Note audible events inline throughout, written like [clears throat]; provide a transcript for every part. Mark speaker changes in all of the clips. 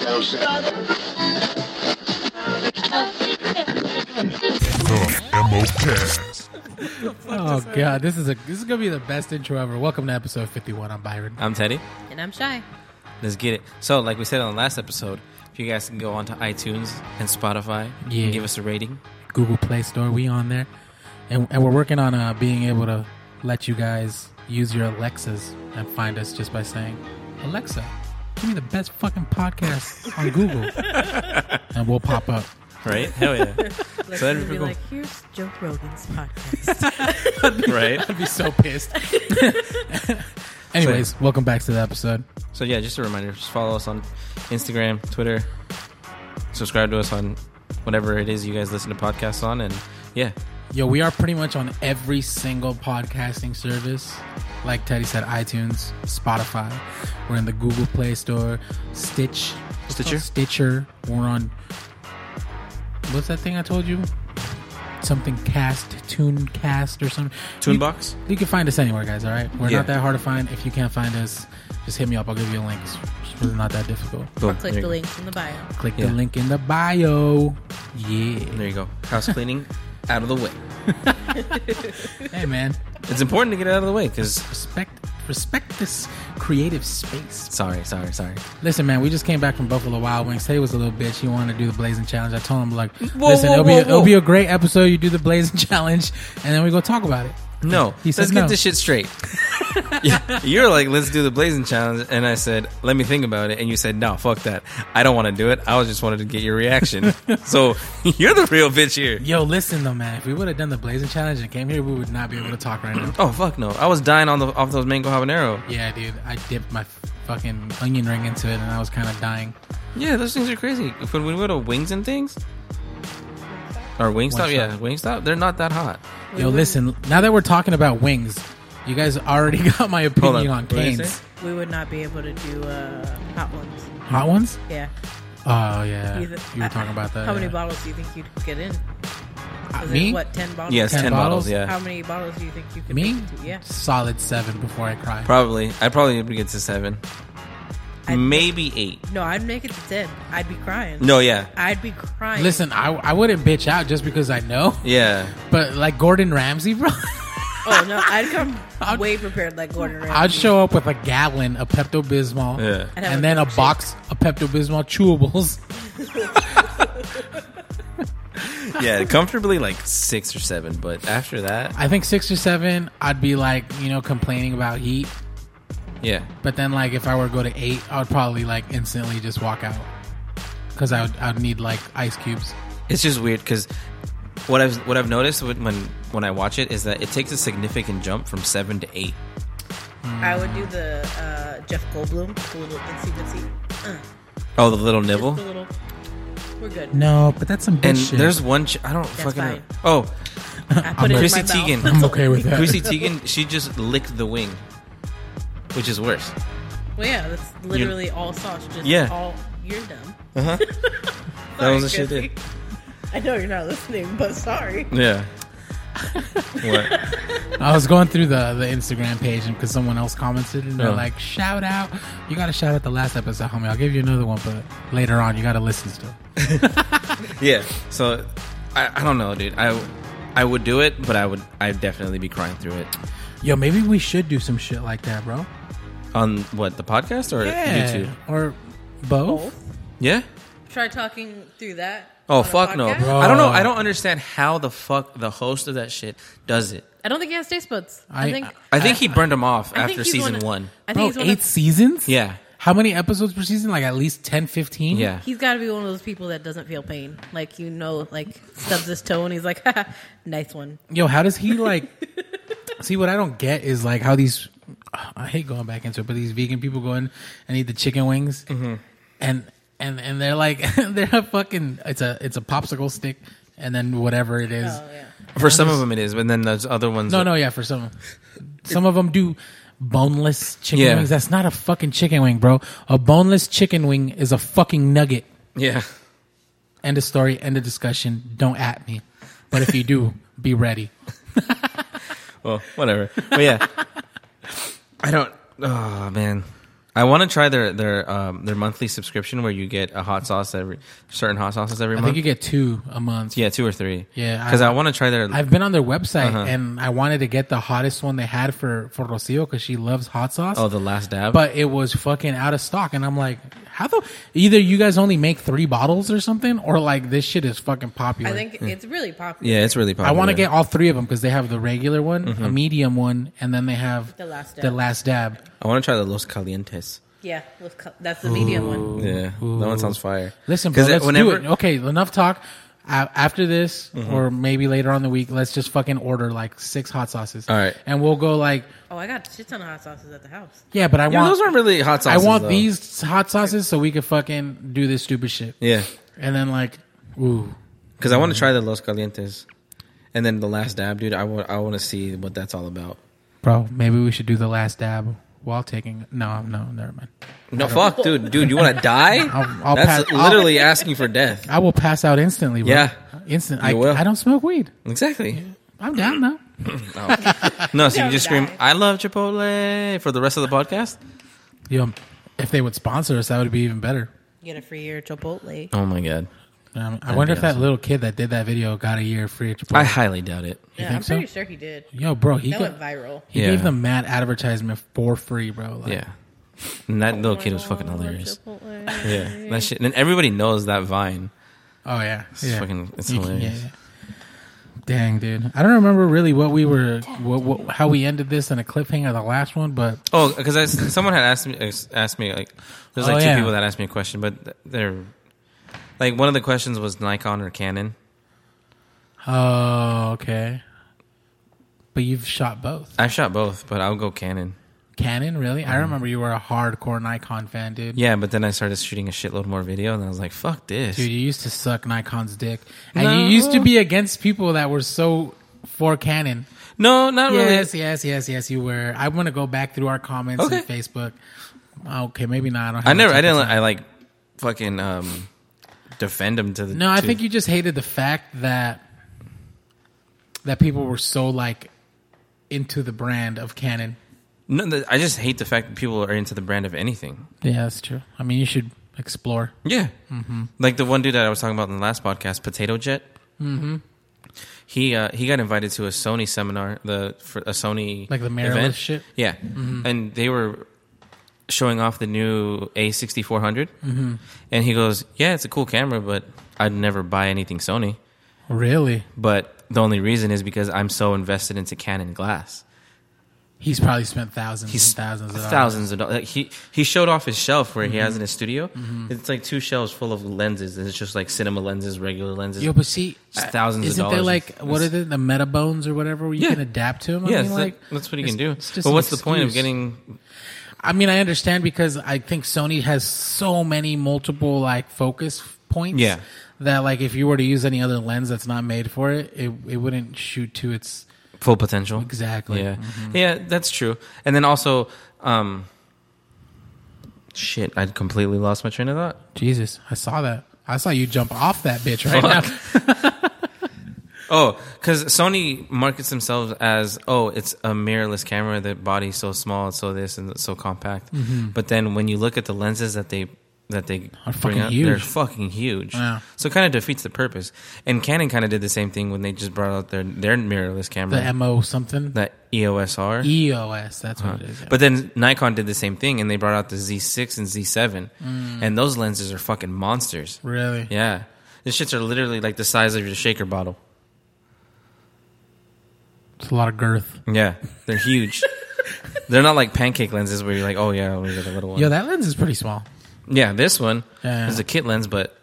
Speaker 1: know what I'm saying?
Speaker 2: Oh god, this is a this is gonna be the best intro ever. Welcome to episode fifty one. I'm Byron.
Speaker 3: I'm Teddy.
Speaker 4: And I'm shy.
Speaker 3: Let's get it. So, like we said on the last episode, if you guys can go onto iTunes and Spotify
Speaker 2: Yeah.
Speaker 3: and give us a rating.
Speaker 2: Google Play Store, we on there, and and we're working on uh, being able to let you guys use your Alexas and find us just by saying, Alexa, give me the best fucking podcast on [laughs] Google, and we'll pop up.
Speaker 3: [laughs] Right? Hell yeah.
Speaker 4: Like,
Speaker 3: So that'd
Speaker 4: you'd
Speaker 3: be
Speaker 4: be
Speaker 3: cool.
Speaker 4: like, here's Joe Rogan's podcast.
Speaker 3: right?
Speaker 2: I'd be so pissed. [laughs] Anyways, welcome back to the episode.
Speaker 3: So, yeah, just a reminder just follow us on Instagram, Twitter, subscribe to us on whatever it is you guys listen to podcasts on. And yeah,
Speaker 2: Yo, we are pretty much on every single podcasting service. Like Teddy said, iTunes, Spotify. We're in the Google Play Store, Stitch, what's it
Speaker 3: Stitcher?
Speaker 2: called? Stitcher. We're on. What's that thing I told you? Something Cast, Tunecast, or something.
Speaker 3: Toonbox?
Speaker 2: You, you can find us anywhere, guys. All right, we're
Speaker 3: Yeah.
Speaker 2: not that hard to find. If you can't find us, just hit me up. I'll give you a link. It's it's really not that difficult.
Speaker 3: Boom. there,
Speaker 4: Click the
Speaker 3: you
Speaker 4: links in the bio.
Speaker 2: Click
Speaker 3: Yeah.
Speaker 2: the link in the bio. Yeah.
Speaker 3: go. there you go. House cleaning out of the way.
Speaker 2: Hey, man.
Speaker 3: It's important to get it out of the way because.
Speaker 2: Respect, respect this creative space.
Speaker 3: Sorry, sorry, sorry.
Speaker 2: Listen, man, we just came back from Buffalo Wild Wings. Teddy was a little bitch. He wanted to do the Blazing Challenge. I told him, like,
Speaker 3: Whoa,
Speaker 2: listen,
Speaker 3: whoa,
Speaker 2: it'll, be,
Speaker 3: whoa,
Speaker 2: it'll
Speaker 3: whoa.
Speaker 2: be a great episode. You do the Blazing [laughs] Challenge, and then we go talk about it.
Speaker 3: No,
Speaker 2: He said
Speaker 3: let's get
Speaker 2: no.
Speaker 3: this shit straight. Yeah, You're like, let's do the blazing challenge, and I said, let me think about it, and you said, no, fuck that, I don't want to do it. I was just wanted to get your reaction. so you're the real bitch here.
Speaker 2: Yo, listen, though, man, if we would have done the Blazing Challenge and came here, we would not be able to talk right
Speaker 3: [clears throat]
Speaker 2: now.
Speaker 3: Oh fuck no, I was dying on the off those mango habanero.
Speaker 2: Yeah, dude, I dipped my fucking onion ring into it, and I was kind of dying.
Speaker 3: Yeah, those things are crazy. If when we go to wings and things, or Wingstop,
Speaker 2: Wingstop.
Speaker 3: yeah, Wingstop, they're not that hot.
Speaker 2: Yo, listen, now that we're talking about wings, you guys already [laughs] got my
Speaker 3: Hold
Speaker 2: opinion
Speaker 3: on,
Speaker 2: on
Speaker 3: what did I
Speaker 2: canes.
Speaker 3: say?
Speaker 4: We would not be able to do uh, hot ones.
Speaker 2: Hot ones?
Speaker 4: Yeah.
Speaker 2: Oh, yeah. You
Speaker 4: Either-
Speaker 2: were talking about that.
Speaker 4: How
Speaker 2: yeah.
Speaker 4: many bottles do you think you'd get in?
Speaker 2: Uh,
Speaker 4: Is
Speaker 2: me?
Speaker 4: it what, 10 bottles?
Speaker 3: Yes, ten,
Speaker 2: 10
Speaker 3: bottles.
Speaker 2: bottles?
Speaker 3: Yeah,
Speaker 4: How many bottles do you think you could
Speaker 2: Me?
Speaker 4: make it to? Yeah.
Speaker 2: Solid seven before I cry.
Speaker 3: probably. I probably would get to seven,
Speaker 4: I'd-
Speaker 3: maybe eight.
Speaker 4: No, I'd make it to 10. I'd be crying.
Speaker 3: No, yeah,
Speaker 4: I'd be crying.
Speaker 2: Listen, I, I wouldn't bitch out just because I know,
Speaker 3: yeah.
Speaker 2: but like Gordon Ramsay, bro, [laughs]
Speaker 4: Oh, no, I'd come
Speaker 2: I'd-
Speaker 4: way prepared like Gordon Ramsay.
Speaker 2: I'd show up with a gallon of Pepto Bismol
Speaker 3: Yeah.
Speaker 4: I'd have
Speaker 2: and
Speaker 4: a
Speaker 2: then a
Speaker 4: milkshake.
Speaker 2: box of Pepto Bismol chewables. [laughs]
Speaker 3: yeah, comfortably like six or seven. But after that,
Speaker 2: I think six or seven, I'd be like, you know, complaining about heat.
Speaker 3: yeah,
Speaker 2: But then, like, if I were to go to eight, I would probably like instantly just walk out because I would, I would need like ice cubes.
Speaker 3: it's just weird because what I've what I've noticed when when- when I watch it is that it takes a significant jump from seven to eight.
Speaker 4: I would do the uh, Jeff Goldblum, the little itsy bitsy. Uh,
Speaker 3: Oh, the little
Speaker 4: just the
Speaker 3: nibble.
Speaker 4: little. We're good.
Speaker 2: No, but that's some
Speaker 3: And there's one. Ch- I don't fucking.
Speaker 4: fine.
Speaker 3: know. Oh,
Speaker 4: I put it in
Speaker 3: Chrissy
Speaker 4: my mouth.
Speaker 3: Teigen.
Speaker 2: I'm okay with that.
Speaker 3: Chrissy Teigen. She just licked the wing, which is worse.
Speaker 4: Well, yeah, that's literally all sauce. Just
Speaker 3: Yeah. Uh-huh.
Speaker 4: all you're dumb. [laughs]
Speaker 3: That was the
Speaker 4: Sorry,
Speaker 3: shit. That,
Speaker 4: Chrissy. I know you're not listening, but sorry.
Speaker 3: yeah. [laughs] what?
Speaker 2: I was going through the, the Instagram page and because someone else commented and they're
Speaker 3: Oh.
Speaker 2: like, shout out. You got to shout out the last episode, homie. I'll give you another one, but later on, you got to listen still.
Speaker 3: Yeah. So, I, I don't know, dude. I I would do it, but I would I'd definitely be crying through it.
Speaker 2: Yo, maybe we should do some shit like that, bro.
Speaker 3: On what the podcast or YouTube?
Speaker 2: Or both.
Speaker 3: Yeah.
Speaker 4: Try talking through that.
Speaker 3: Oh
Speaker 4: on a
Speaker 3: fuck no!
Speaker 4: podcast.
Speaker 2: Bro.
Speaker 3: I don't know. I don't understand how the fuck the host of that shit does it.
Speaker 4: I don't think he has taste buds. I,
Speaker 2: I-
Speaker 4: think
Speaker 3: I think he burned him off
Speaker 4: I think
Speaker 3: after
Speaker 4: he's
Speaker 3: season
Speaker 4: wanna-
Speaker 3: one.
Speaker 4: I
Speaker 2: Bro,
Speaker 4: think he's, one
Speaker 2: eight
Speaker 4: of,
Speaker 2: seasons?
Speaker 3: Yeah,
Speaker 2: How many episodes per season? Like at least 10, 15?
Speaker 3: yeah.
Speaker 4: he's got to be one of those people that doesn't feel pain. Like you know, like stubs his toe and he's like, [laughs] Haha,
Speaker 3: [laughs]
Speaker 4: "Nice one."
Speaker 2: Yo, how does he like. [laughs] see, what I don't get is like how these. I hate going back into it, but these vegan people go in and eat the chicken wings. And. And, and they're like [laughs] they're a fucking it's a it's a popsicle stick and then whatever it is
Speaker 4: Oh yeah.
Speaker 3: For some of them it is, but then those other ones.
Speaker 2: No, no, yeah, for some. Some of them do boneless chicken
Speaker 3: Yeah.
Speaker 2: wings. That's not a fucking chicken wing, bro. A boneless chicken wing is a fucking nugget.
Speaker 3: Yeah, [laughs]
Speaker 2: End of story, end of discussion. Don't at me. But if you do, be ready.
Speaker 3: [laughs] well, whatever. But yeah, I don't. Oh man, I want to try their their um, their monthly subscription where you get a hot sauce every certain hot sauces every
Speaker 2: I
Speaker 3: month.
Speaker 2: think you get two a month.
Speaker 3: yeah, two or three.
Speaker 2: Yeah,
Speaker 3: because
Speaker 2: I-
Speaker 3: I, want to try their.
Speaker 2: I've been on their website
Speaker 3: Uh-huh.
Speaker 2: and I wanted to get the hottest one they had for for Rocio because she loves hot sauce.
Speaker 3: oh, the last dab.
Speaker 2: but it was fucking out of stock, and I'm like, how the? Either you guys only make three bottles or something, or like this shit is fucking popular.
Speaker 4: I think it's really popular.
Speaker 3: yeah, Mm-hmm. it's really popular.
Speaker 2: I want to get all three of them because they have the regular one, a medium one, and then they have
Speaker 4: The last
Speaker 2: The
Speaker 4: dab.
Speaker 2: last dab.
Speaker 3: I want to try the Los Calientes.
Speaker 4: Yeah, with co- that's the medium one.
Speaker 3: Yeah, that one sounds fire.
Speaker 2: Listen, bro,
Speaker 3: 'Cause
Speaker 2: let's
Speaker 3: whenever- Mm-hmm.
Speaker 2: do it. Okay, enough talk. A- After this, or maybe later on in the week, let's just fucking order like six hot sauces.
Speaker 3: All right.
Speaker 2: and we'll go like,
Speaker 4: Oh, I got shit ton of hot sauces at the house.
Speaker 2: yeah, but I
Speaker 3: Yeah,
Speaker 2: want
Speaker 3: those aren't really hot
Speaker 2: I
Speaker 3: sauces.
Speaker 2: want
Speaker 3: though.
Speaker 2: these hot sauces so we can fucking do this stupid shit.
Speaker 3: Yeah,
Speaker 2: and then like, ooh,
Speaker 3: because I want to try the Los Calientes, and then the last dab, dude. I want I want to see what that's all about.
Speaker 2: bro, maybe we should do the last dab while taking. No, no, never mind.
Speaker 3: No, fuck, dude, dude, you want to
Speaker 2: [laughs]
Speaker 3: die?
Speaker 2: I'll- I'll
Speaker 3: That's
Speaker 2: pass- I'll-
Speaker 3: literally asking for death.
Speaker 2: I will pass out instantly. Bro.
Speaker 3: Yeah.
Speaker 2: instant. I,
Speaker 3: You will.
Speaker 2: I don't smoke weed.
Speaker 3: Exactly.
Speaker 2: I'm down now.
Speaker 3: No, so you just scream,
Speaker 4: Don't die.
Speaker 3: "I love Chipotle" for the rest of the podcast.
Speaker 2: Yo, if they would sponsor us, that would be even better.
Speaker 4: Get a free year at Chipotle.
Speaker 3: Oh my god,
Speaker 2: Um, I wonder
Speaker 3: be
Speaker 2: if that
Speaker 3: awesome.
Speaker 2: little kid that did that video got a year free. at Chipotle.
Speaker 3: I highly doubt it.
Speaker 4: yeah,
Speaker 2: think
Speaker 4: I'm
Speaker 2: so?
Speaker 4: pretty sure he did.
Speaker 2: Yo, bro, he
Speaker 4: That
Speaker 2: got,
Speaker 4: went viral.
Speaker 2: he
Speaker 3: Yeah.
Speaker 2: gave them mad advertisement for free, bro. Like,
Speaker 3: Yeah, and that little kid was fucking hilarious. Yeah, that shit, and everybody knows that Vine.
Speaker 2: Oh yeah, it's
Speaker 3: fucking- it's hilarious.
Speaker 2: Dang, dude, I don't remember really what we were, what, what, how we ended this in a cliffhanger the last one, but
Speaker 3: Oh, because someone had asked me uh, asked me like, there's like
Speaker 2: Oh,
Speaker 3: two
Speaker 2: yeah.
Speaker 3: people that asked me a question, but they're like one of the questions was Nikon or Canon.
Speaker 2: oh okay. But you've shot both.
Speaker 3: I shot both, but I'll go Canon.
Speaker 2: Canon, really? I remember you were a hardcore Nikon fan, dude.
Speaker 3: Mm-hmm. Yeah, but then I started shooting a shitload more video, and I was like, fuck this.
Speaker 2: Dude, you used to suck Nikon's dick, and
Speaker 3: No.
Speaker 2: you used to be against people that were so for Canon.
Speaker 3: No, not
Speaker 2: Yes,
Speaker 3: really.
Speaker 2: yes, yes, yes. You were. I want to go back through our comments on
Speaker 3: Okay.
Speaker 2: Facebook. Okay, maybe not. I, don't have
Speaker 3: I never.
Speaker 2: much
Speaker 3: I didn't.
Speaker 2: appetite.
Speaker 3: I like fucking um, defend him to the.
Speaker 2: No, I
Speaker 3: to-
Speaker 2: think you just hated the fact that that people were so like into the brand of Canon.
Speaker 3: No, th- I just hate the fact that people are into the brand of anything.
Speaker 2: Yeah, that's true. I mean, you should explore.
Speaker 3: Yeah. Mm-hmm. Like the one dude that I was talking about in the last podcast, Potato Jet. Mm-hmm. He uh, he got invited to a Sony seminar, the for a Sony
Speaker 2: Like the mirrorless
Speaker 3: event.
Speaker 2: shit? Mm-hmm.
Speaker 3: Yeah, and they were showing off the new A sixty four hundred,
Speaker 2: Mm-hmm.
Speaker 3: and he goes, "Yeah, it's a cool camera, but I'd never buy anything Sony.
Speaker 2: Really,
Speaker 3: But the only reason is because I'm so invested into Canon glass."
Speaker 2: he's probably spent thousands
Speaker 3: He's
Speaker 2: and thousands of dollars. Mm-hmm.
Speaker 3: thousands of dollars. Like, he he showed off his shelf where he has in his studio. It's like two shelves full of lenses, and it's just like cinema lenses, regular lenses.
Speaker 2: Yo, but see,
Speaker 3: Just
Speaker 2: uh,
Speaker 3: thousands of
Speaker 2: Isn't there
Speaker 3: dollars.
Speaker 2: like what are they, the meta bones or whatever? Where you
Speaker 3: Yeah.
Speaker 2: can adapt to them. I
Speaker 3: yeah,
Speaker 2: mean,
Speaker 3: it's
Speaker 2: like
Speaker 3: like- that's what you
Speaker 2: it's-
Speaker 3: can do.
Speaker 2: it's just
Speaker 3: But
Speaker 2: an
Speaker 3: what's the point of
Speaker 2: excuse.
Speaker 3: getting?
Speaker 2: I mean, I understand because I think Sony has so many multiple like focus points.
Speaker 3: Yeah.
Speaker 2: That like if you were to use any other lens that's not made for it, it it wouldn't shoot to its
Speaker 3: Full potential.
Speaker 2: Exactly. Mm-hmm.
Speaker 3: Yeah. Yeah, that's true. And then also, um, shit, I completely lost my train of thought.
Speaker 2: Jesus. I saw that. I saw you jump off that bitch right now.
Speaker 3: Oh, because Sony markets themselves as oh, it's a mirrorless camera. The body's so small, it's so this and it's so compact. But then when you look at the lenses that they that they
Speaker 2: Mm-hmm. Are
Speaker 3: bring
Speaker 2: fucking
Speaker 3: out, they're
Speaker 2: huge.
Speaker 3: fucking huge.
Speaker 2: Yeah.
Speaker 3: So it kind of defeats the purpose. And Canon kind of did the same thing when they just brought out their their mirrorless camera,
Speaker 2: The E MO something.
Speaker 3: that EOS R.
Speaker 2: EOS. That's what it is. yeah.
Speaker 3: Uh-huh. But then Nikon did the same thing, and they brought out the Z6 and Z7,
Speaker 2: Mm.
Speaker 3: and those lenses are fucking monsters.
Speaker 2: really.
Speaker 3: Yeah, these shits are literally like the size of your shaker bottle.
Speaker 2: It's a lot of girth.
Speaker 3: Yeah, they're [laughs] huge. they're not like pancake lenses where you're like, oh yeah, we got a little one.
Speaker 2: Yo, that lens is pretty small.
Speaker 3: yeah, this one
Speaker 2: Yeah.
Speaker 3: is a kit lens, but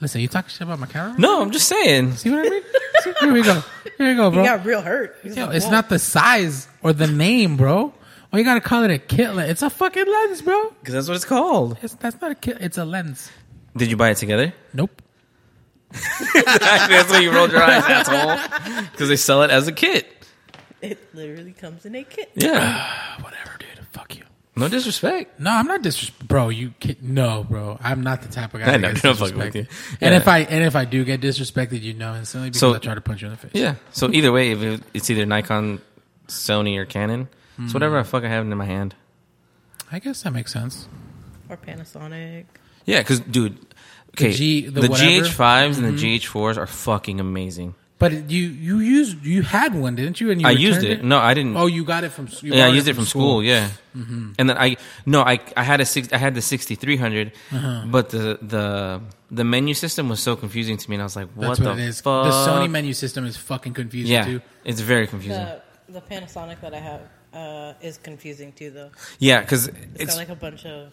Speaker 2: Listen, you talk shit about my camera?
Speaker 3: no, I'm just saying.
Speaker 2: See what I
Speaker 3: [laughs]
Speaker 2: mean? See, here we go. Here we go,
Speaker 4: He
Speaker 2: bro.
Speaker 4: got real hurt. He was
Speaker 2: Yo,
Speaker 4: like,
Speaker 2: it's
Speaker 4: "Whoa."
Speaker 2: not the size or the name, bro. Why you gotta call it a kit lens? It's a fucking lens, bro.
Speaker 3: Because that's what it's called.
Speaker 2: It's, that's not a kit. It's a lens.
Speaker 3: Did you buy it together?
Speaker 2: Nope.
Speaker 3: [laughs] that's why you rolled your eyes, [laughs] asshole. Because they sell it as a kit.
Speaker 4: It literally comes in a kit.
Speaker 3: [sighs] Yeah.
Speaker 2: Ah, Whatever, dude. Fuck you.
Speaker 3: No disrespect.
Speaker 2: No, I'm not disrespect, bro. You kid, no, bro. I'm not the type of guy.
Speaker 3: [laughs] I
Speaker 2: that
Speaker 3: know,
Speaker 2: gets
Speaker 3: don't fuck with
Speaker 2: disrespected.
Speaker 3: you.
Speaker 2: And
Speaker 3: Yeah.
Speaker 2: if I and if I do get disrespected, you know instantly because
Speaker 3: So-
Speaker 2: I try to punch you in the face.
Speaker 3: Yeah. So either way, if Hmm. it- it's either Nikon, Sony, or Canon, it's whatever I fuck I have in my hand.
Speaker 2: I guess that makes sense.
Speaker 4: or Panasonic.
Speaker 3: Yeah, because dude, okay, the, Mm-hmm.
Speaker 2: G- the whatever.
Speaker 3: GH5s and the GH4s are fucking amazing.
Speaker 2: But you you used you had one, didn't you? And you
Speaker 3: I used
Speaker 2: returned
Speaker 3: it. No, I didn't.
Speaker 2: Oh, you got it from Mm-hmm. s- you
Speaker 3: yeah, I
Speaker 2: borrowed
Speaker 3: used it from school. Yeah, and then I no, I I had a six, I had the sixty three hundred,
Speaker 2: Uh-huh.
Speaker 3: but the the the menu system was so confusing to me, and I was like, what
Speaker 2: That's
Speaker 3: the
Speaker 2: what it is.
Speaker 3: fuck?
Speaker 2: The Sony menu system is fucking confusing
Speaker 3: yeah,
Speaker 2: too.
Speaker 3: it's very confusing.
Speaker 4: The the Panasonic that I have uh, is confusing too, though.
Speaker 3: yeah, because
Speaker 4: It's
Speaker 3: it's
Speaker 4: got like a
Speaker 2: [clears throat]
Speaker 4: bunch of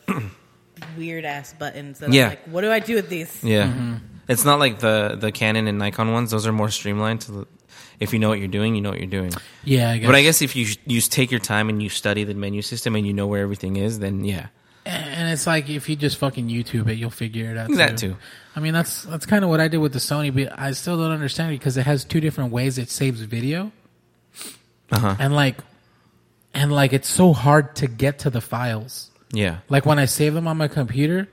Speaker 4: weird ass buttons. That
Speaker 3: Yeah.
Speaker 4: I'm like, what do I do with these?
Speaker 3: yeah,
Speaker 2: Mm-hmm.
Speaker 3: it's not like the the Canon and Nikon ones. Those are more streamlined. To the, if you know what you're doing, you know what you're doing.
Speaker 2: Yeah, I guess.
Speaker 3: But I guess if you you take your time and you study the menu system and you know where everything is, then yeah,
Speaker 2: and it's like if you just fucking YouTube it, you'll figure it out.
Speaker 3: That
Speaker 2: too.
Speaker 3: too.
Speaker 2: I mean, that's that's kind of what I did with the Sony, but I still don't understand it because it has two different ways it saves video,
Speaker 3: Uh-huh.
Speaker 2: and like, and like it's so hard to get to the files.
Speaker 3: yeah,
Speaker 2: Like when I save them on my computer,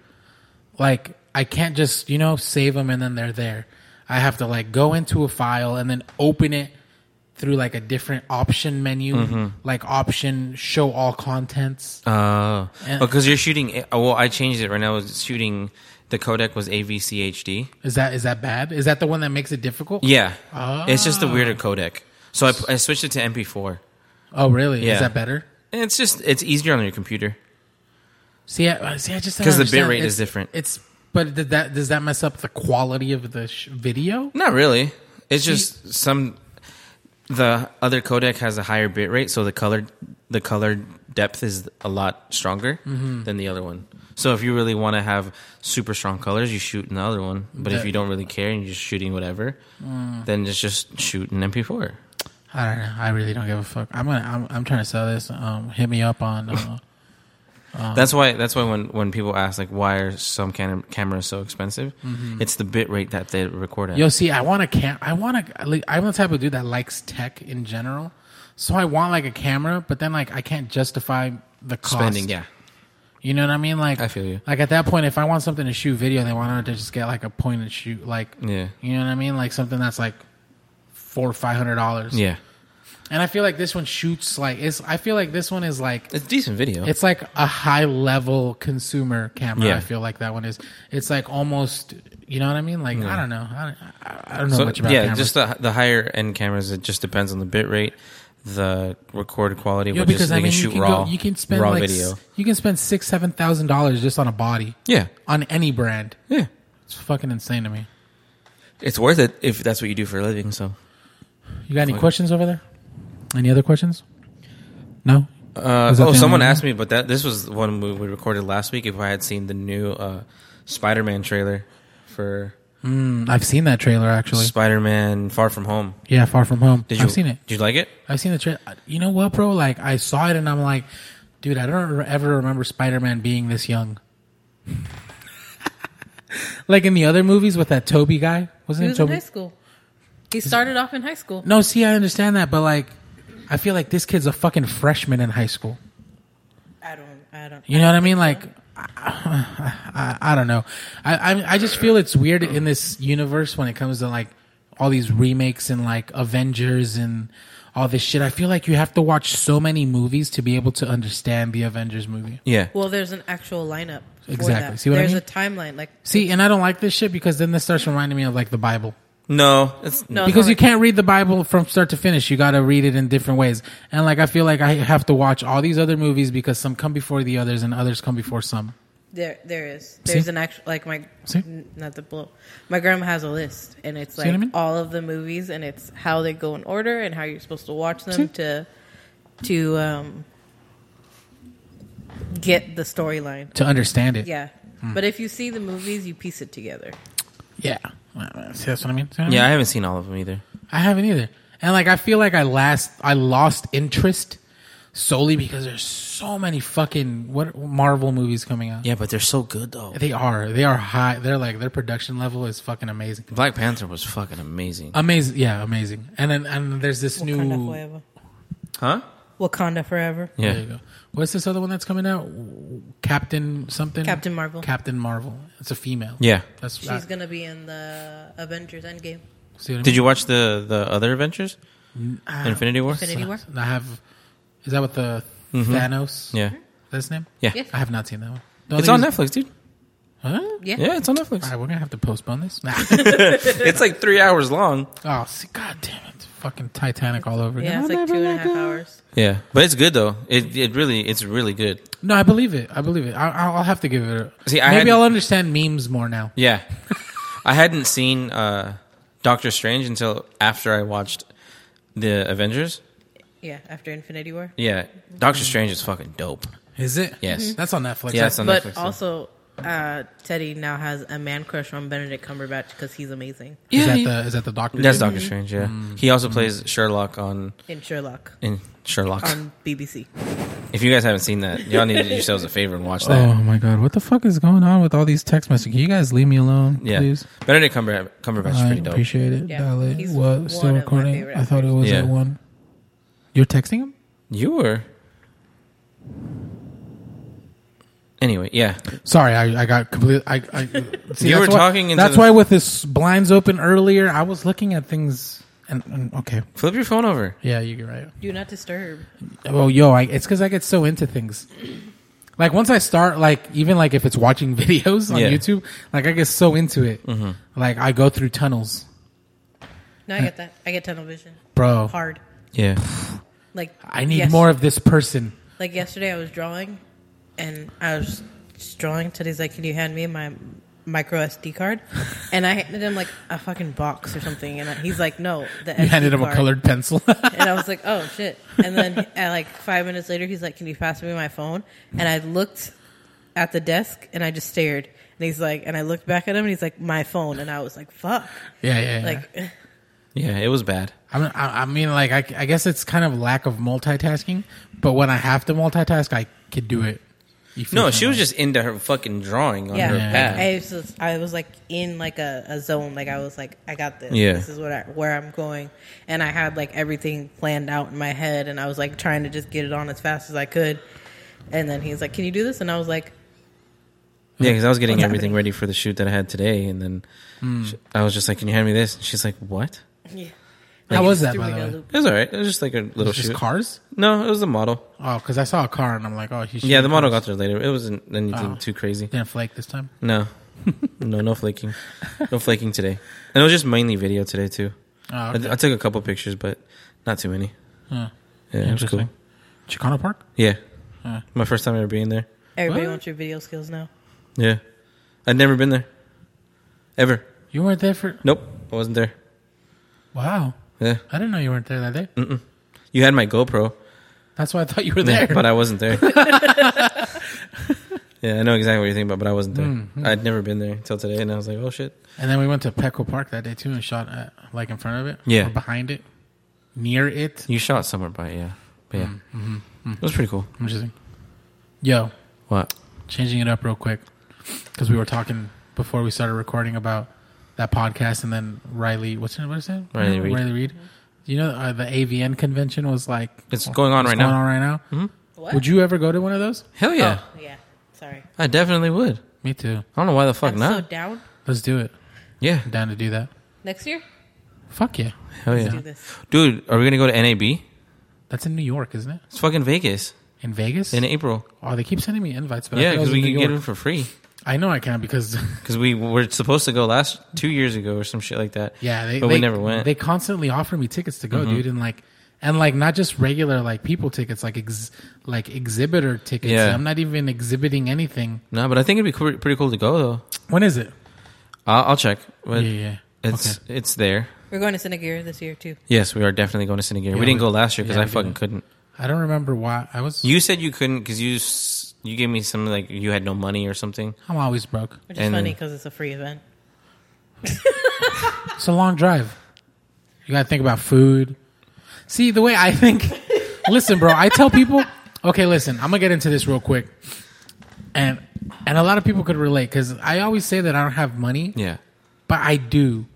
Speaker 2: like I can't just, you know, save them and then they're there. I have to like go into a file and then open it through like a different option menu, like option show all contents.
Speaker 3: Mm-hmm. uh,
Speaker 2: And-
Speaker 3: because you're shooting. oh, Well, I changed it right now. I was shooting. The codec was AVCHD.
Speaker 2: Is that is that bad? Is that the one that makes it difficult?
Speaker 3: Yeah, it's just a weirder codec. So I, I switched it to MP4.
Speaker 2: Oh, really?
Speaker 3: Yeah.
Speaker 2: Is that better?
Speaker 3: And it's just it's easier on your computer.
Speaker 2: See, I, see, I just
Speaker 3: 'Cause the
Speaker 2: because
Speaker 3: bitrate is different.
Speaker 2: It's but did that does that mess up the quality of the sh- video?
Speaker 3: Not really. It's just some. The other codec has a higher bit rate, so the color the color depth is a lot stronger than the other one. So if you really want to have super strong colors, you shoot in the other one. But if
Speaker 2: That-
Speaker 3: you don't really care and you're just shooting whatever, then it's just shoot an MP4.
Speaker 2: I don't know. I really don't give a fuck. I'm gonna. I'm, I'm trying to sell this. Um, hit me up on. Uh, [laughs]
Speaker 3: that's why that's why when, when people ask like why are some cam- cameras so expensive,
Speaker 2: Mm-hmm.
Speaker 3: it's the bit rate that they record at.
Speaker 2: Yo, see, I want a cam. I want a. Like, I'm the type of dude that likes tech in general, so I want like a camera, but then like I can't justify the cost.
Speaker 3: Spending, yeah.
Speaker 2: You know what I mean? Like
Speaker 3: I feel you.
Speaker 2: Like at that point, if I want something to shoot video, then why don't I just get like a point and shoot? Like,
Speaker 3: Yeah.
Speaker 2: you know what I mean? Like something that's like four or five hundred dollars.
Speaker 3: Yeah.
Speaker 2: and I feel like this one shoots like it's. I feel like this one is like
Speaker 3: It's decent video.
Speaker 2: it's like a high level consumer camera.
Speaker 3: Yeah.
Speaker 2: I feel like that one is. It's like almost. You know what I mean? Like I don't know. I don't, I I don't know
Speaker 3: So,
Speaker 2: much about
Speaker 3: yeah,
Speaker 2: cameras.
Speaker 3: just uh, the the higher end cameras. It just depends on the bit rate, the record quality.
Speaker 2: Yeah,
Speaker 3: which is
Speaker 2: because
Speaker 3: they
Speaker 2: I mean,
Speaker 3: can
Speaker 2: you
Speaker 3: shoot
Speaker 2: can
Speaker 3: raw.
Speaker 2: go, you can spend
Speaker 3: raw
Speaker 2: like
Speaker 3: video.
Speaker 2: s- you can spend six, seven thousand dollars just on a body
Speaker 3: yeah,
Speaker 2: on any brand.
Speaker 3: yeah,
Speaker 2: It's fucking insane to me.
Speaker 3: it's worth it if that's what you do for a living. So,
Speaker 2: You got any questions over there? Any other questions? No.
Speaker 3: uh,
Speaker 2: Was that
Speaker 3: oh,
Speaker 2: the
Speaker 3: someone
Speaker 2: only one?
Speaker 3: asked me, but that this was the one we, we recorded last week. If I had seen the new uh, Spider Man trailer for
Speaker 2: Mm, I've seen that trailer actually.
Speaker 3: Spider Man Far From Home,
Speaker 2: Yeah, Far From Home.
Speaker 3: did you
Speaker 2: I've seen it.
Speaker 3: Did you like it?
Speaker 2: I've seen the trailer. You know what, bro? Like I saw it and I'm like, dude, I don't re- ever remember Spider-Man being this young. [laughs] like in the other movies with that Toby guy, wasn't
Speaker 4: He
Speaker 2: it
Speaker 4: was in
Speaker 2: Toby?
Speaker 4: high school. He started off in high school.
Speaker 2: No, see, I understand that, but like, I feel like this kid's a fucking freshman in high school.
Speaker 4: I don't. I don't.
Speaker 2: You know what I mean? Like, I, I, I don't know. I, I I just feel it's weird in this universe when it comes to like all these remakes and like Avengers and all this shit. I feel like you have to watch so many movies to be able to understand the Avengers movie.
Speaker 3: Yeah,
Speaker 4: Well, there's an actual lineup. For
Speaker 2: Exactly.
Speaker 4: That.
Speaker 2: See what I
Speaker 4: there's
Speaker 2: mean?
Speaker 4: a timeline. Like
Speaker 2: See, and I don't like this shit because then this starts reminding me of like the Bible.
Speaker 3: no, it's
Speaker 4: no,
Speaker 2: Because
Speaker 4: no,
Speaker 2: you can't read the Bible from start to finish. You got to read it in different ways. And like I feel like I have to watch all these other movies because some come before the others and others come before some.
Speaker 4: There, there is. There's an actual like my
Speaker 2: See?
Speaker 4: n- not the blow. My grandma has a list, and it's
Speaker 2: what I
Speaker 4: like
Speaker 2: mean?
Speaker 4: all of the movies, and it's how they go in order, and how you're supposed to watch them to to um get the storyline.
Speaker 2: To understand it.
Speaker 4: Yeah,
Speaker 2: Hmm.
Speaker 4: but if you see the movies, you piece it together.
Speaker 2: Yeah. See, that's what I mean? See what I mean?
Speaker 3: yeah. I haven't seen all of them either.
Speaker 2: I haven't either. And like I feel like I last I lost interest solely because there's so many fucking what Marvel movies coming out.
Speaker 3: Yeah, but they're so good though.
Speaker 2: They are. They are high. They're like their production level is fucking amazing.
Speaker 3: Black Panther was fucking amazing,
Speaker 2: Amazing. Yeah, amazing. And then and there's this
Speaker 4: Wakanda
Speaker 2: new
Speaker 4: forever.
Speaker 3: huh?
Speaker 4: Wakanda forever.
Speaker 2: There you go. What's this other one that's coming out? Captain something?
Speaker 4: Captain Marvel.
Speaker 2: Captain Marvel. It's a female.
Speaker 3: Yeah.
Speaker 2: That's I,
Speaker 4: She's gonna be in the Avengers Endgame.
Speaker 2: see what I
Speaker 3: Did you watch the the other adventures? Infinity War.
Speaker 4: Uh,
Speaker 3: Mm-hmm.
Speaker 4: Infinity War.
Speaker 2: mean? I have is that what the Thanos?
Speaker 3: Yeah.
Speaker 2: That's his name.
Speaker 3: Yeah.
Speaker 4: Yeah.
Speaker 2: I have not seen that one. Don't
Speaker 3: It's
Speaker 2: think
Speaker 3: on Netflix, dude.
Speaker 2: Huh?
Speaker 4: Yeah.
Speaker 3: Yeah, it's on Netflix.
Speaker 2: All right, we're gonna have to postpone this. Nah.
Speaker 3: It's like three hours long.
Speaker 2: [laughs] oh, see, god damn it! Fucking Titanic all over again.
Speaker 4: Yeah, it's
Speaker 2: I'll
Speaker 4: like two
Speaker 2: never
Speaker 4: and a
Speaker 2: let
Speaker 4: half
Speaker 2: go.
Speaker 4: hours.
Speaker 3: Yeah, but it's good though. It it really it's really good.
Speaker 2: No, I believe it. I believe it. I, I'll I'll have to give it. A,
Speaker 3: See, I
Speaker 2: maybe
Speaker 3: hadn't-
Speaker 2: I'll understand memes more now.
Speaker 3: Yeah, I hadn't seen uh, Doctor Strange until after I watched the Avengers.
Speaker 4: Yeah, after Infinity War.
Speaker 3: Yeah, Doctor Strange is fucking dope.
Speaker 2: Is it? Mm-hmm.
Speaker 3: Yes. Mhm.
Speaker 2: that's on Netflix.
Speaker 3: Yeah, it's on
Speaker 4: But
Speaker 3: Netflix. too.
Speaker 4: also, uh, Teddy now has a man crush on Benedict Cumberbatch because he's amazing
Speaker 2: Is
Speaker 3: Yeah,
Speaker 2: that
Speaker 3: he-
Speaker 2: the is that the doctor?
Speaker 3: that's
Speaker 2: dude?
Speaker 3: Doctor Strange. Yeah, he also plays Sherlock on
Speaker 4: in Sherlock
Speaker 3: in Sherlock.
Speaker 4: on BBC.
Speaker 3: if you guys haven't seen that, y'all need to do yourselves a favor and watch that.
Speaker 2: Oh my god, what the fuck is going on with all these text messages? Can you guys leave me alone,
Speaker 3: yeah,
Speaker 2: please?
Speaker 3: Benedict Cumber- Cumberbatch is
Speaker 2: I
Speaker 3: pretty dope.
Speaker 2: appreciate it.
Speaker 4: Yeah,
Speaker 2: Dial it.
Speaker 4: he's
Speaker 2: What?
Speaker 4: one
Speaker 2: Still
Speaker 4: of my
Speaker 2: recording?
Speaker 4: favorite
Speaker 2: I thought it was
Speaker 3: Yeah.
Speaker 2: at one. You're texting him?
Speaker 3: You were. Anyway, yeah,
Speaker 2: Sorry, I, I got completely. I,
Speaker 3: [laughs]
Speaker 2: I see,
Speaker 3: You
Speaker 2: that's
Speaker 3: were
Speaker 2: why-
Speaker 3: talking into
Speaker 2: that's
Speaker 3: the-
Speaker 2: why with this blinds open earlier, I was looking at things. And, and okay,
Speaker 3: flip your phone over.
Speaker 2: yeah, you're right.
Speaker 4: Do not disturb.
Speaker 2: Oh, yo, I, it's because I get so into things. Like once I start, like even like if it's watching [laughs] videos on
Speaker 3: Yeah. Mm-hmm.
Speaker 2: YouTube, like I get so into it. Like I go through tunnels,
Speaker 4: No, I get that. I get tunnel vision.
Speaker 2: bro.
Speaker 4: Hard.
Speaker 3: Yeah,
Speaker 4: Like
Speaker 2: I need
Speaker 4: yes-
Speaker 2: more of this person.
Speaker 4: Like yesterday, I was drawing, and I was just drawing. Today's like, "Can you hand me my micro SD card?" And I handed him like a fucking box or something, and I, he's like, "No, the
Speaker 2: You
Speaker 4: SD
Speaker 2: handed him a
Speaker 4: card."
Speaker 2: colored pencil. [laughs]
Speaker 4: and I was like, "Oh shit!" And then at like five minutes later, he's like, "Can you pass me my phone?" And I looked at the desk and I just stared. And he's like, and I looked back at him and he's like, "My phone." And I was like, "Fuck!"
Speaker 2: yeah, yeah. yeah.
Speaker 4: Like,
Speaker 3: yeah, it was bad.
Speaker 2: I mean, I, I mean, like I, I guess it's kind of lack of multitasking. But when I have to multitask, I could do it. You feel
Speaker 3: No,
Speaker 2: me?
Speaker 3: she was just into her fucking drawing on
Speaker 4: yeah,
Speaker 3: her
Speaker 4: like,
Speaker 3: pad.
Speaker 4: I was just, I was like in like a, a zone. Like I was like, I got this.
Speaker 3: Yeah.
Speaker 4: This is what I, where I'm going. And I had like everything planned out in my head, and I was like trying to just get it on as fast as I could. And then he's like, "Can you do this?" And I was like,
Speaker 3: Yeah, because I was getting
Speaker 4: What's
Speaker 3: everything ready for the shoot that I had today, and then sh I was just like, "Can you hand me this?" And she's like, "What?"
Speaker 4: "Yeah."
Speaker 2: How
Speaker 4: Like,
Speaker 2: was
Speaker 4: just
Speaker 2: that,
Speaker 4: threw
Speaker 2: by
Speaker 4: me
Speaker 2: the
Speaker 4: in a
Speaker 2: way?
Speaker 4: loop.
Speaker 3: It was all right. It was just like a little
Speaker 2: just
Speaker 3: shoot.
Speaker 2: cars.
Speaker 3: no, it was the model.
Speaker 2: Oh, because I saw a car and I'm like, oh, he's
Speaker 3: Yeah, the
Speaker 2: shooting
Speaker 3: model
Speaker 2: cars.
Speaker 3: got there later. It wasn't anything
Speaker 2: Oh.
Speaker 3: too crazy.
Speaker 2: didn't flake this time. [laughs]
Speaker 3: No, no, no flaking, no flaking today. And it was just mainly video today too.
Speaker 2: Oh,
Speaker 3: I,
Speaker 2: okay.
Speaker 3: I took a couple pictures, but not too many.
Speaker 2: Huh.
Speaker 3: Yeah, it was cool.
Speaker 2: Chicano Park.
Speaker 3: Yeah,
Speaker 2: Huh.
Speaker 3: my first time ever being there.
Speaker 4: Everybody
Speaker 2: What?
Speaker 4: wants your video skills now.
Speaker 3: Yeah, I'd never been there, ever.
Speaker 2: You weren't there for
Speaker 3: Nope, I wasn't there.
Speaker 2: wow.
Speaker 3: Yeah,
Speaker 2: I didn't know you weren't there that day.
Speaker 3: Mm. you had my GoPro.
Speaker 2: That's why I thought you were [laughs]
Speaker 3: Yeah,
Speaker 2: there.
Speaker 3: but I wasn't
Speaker 2: [laughs]
Speaker 3: there. yeah, I know exactly what you're thinking about, but I wasn't
Speaker 2: Hmm,
Speaker 3: there. I'd never been there until today, and I was like, oh shit.
Speaker 2: and then we went to Petco Park that day too and shot at, like in front of it.
Speaker 3: Yeah.
Speaker 2: Or behind it, near it.
Speaker 3: You shot somewhere by it, yeah. But
Speaker 2: Mm,
Speaker 3: yeah,
Speaker 2: mm-hmm,
Speaker 3: it was pretty cool.
Speaker 2: I'm just like, yo,
Speaker 3: What?
Speaker 2: changing it up real quick because we were talking before we started recording about that podcast and then Riley. What's her what is that?
Speaker 3: Riley Reid.
Speaker 2: Riley Reed. You know, uh, the AVN convention was like
Speaker 3: It's going on
Speaker 2: it's
Speaker 3: right
Speaker 2: going
Speaker 3: now.
Speaker 2: on right now.
Speaker 4: What?
Speaker 2: Would you ever go to one of those?
Speaker 3: Hell yeah.
Speaker 4: Oh, yeah. Sorry.
Speaker 3: I definitely would.
Speaker 2: Me too.
Speaker 3: I don't know why the fuck
Speaker 4: I'm
Speaker 3: not.
Speaker 4: so down.
Speaker 2: Let's do it.
Speaker 3: yeah.
Speaker 2: I'm down to do that.
Speaker 4: Next year,
Speaker 2: Fuck yeah.
Speaker 3: Hell yeah.
Speaker 4: do this.
Speaker 3: Dude, are we going to go to NAB?
Speaker 2: That's in New York, isn't it?
Speaker 3: It's fucking Vegas
Speaker 2: In Vegas?
Speaker 3: in April.
Speaker 2: oh, they keep sending me invites, but
Speaker 3: Yeah,
Speaker 2: I think I
Speaker 3: because
Speaker 2: was
Speaker 3: we
Speaker 2: in
Speaker 3: can
Speaker 2: New
Speaker 3: get
Speaker 2: York.
Speaker 3: them for free.
Speaker 2: I know I can because [laughs]
Speaker 3: Because we were supposed to go last two years ago or some shit like that.
Speaker 2: yeah, they,
Speaker 3: but
Speaker 2: they
Speaker 3: we never went. Mm-hmm.
Speaker 2: They constantly offer me tickets to go, dude, and like and like not just regular like people tickets, like ex, like exhibitor tickets.
Speaker 3: Yeah.
Speaker 2: I'm not even exhibiting anything.
Speaker 3: no, but I think it'd be coo- pretty cool to go though.
Speaker 2: When is it?
Speaker 3: I'll, I'll check. But
Speaker 2: yeah, yeah.
Speaker 3: It's it's there.
Speaker 4: We're going to Cinegear this year too.
Speaker 3: Yes, we are definitely going to Cinegear. we didn't
Speaker 2: we-
Speaker 3: go last year because
Speaker 2: yeah,
Speaker 3: I
Speaker 2: we
Speaker 3: fucking
Speaker 2: didn't.
Speaker 3: couldn't.
Speaker 2: I don't remember why I was.
Speaker 3: You said you couldn't because you s- you gave me some like you had no money or something.
Speaker 2: I'm always broke.
Speaker 4: Which is
Speaker 3: And-
Speaker 4: funny because it's a free event.
Speaker 2: It's a long drive. You gotta think about food. See the way I think. listen, bro. I tell people, okay, listen. I'm gonna get into this real quick, and and a lot of people could relate because I always say that I don't have money,
Speaker 3: Yeah,
Speaker 2: but I do.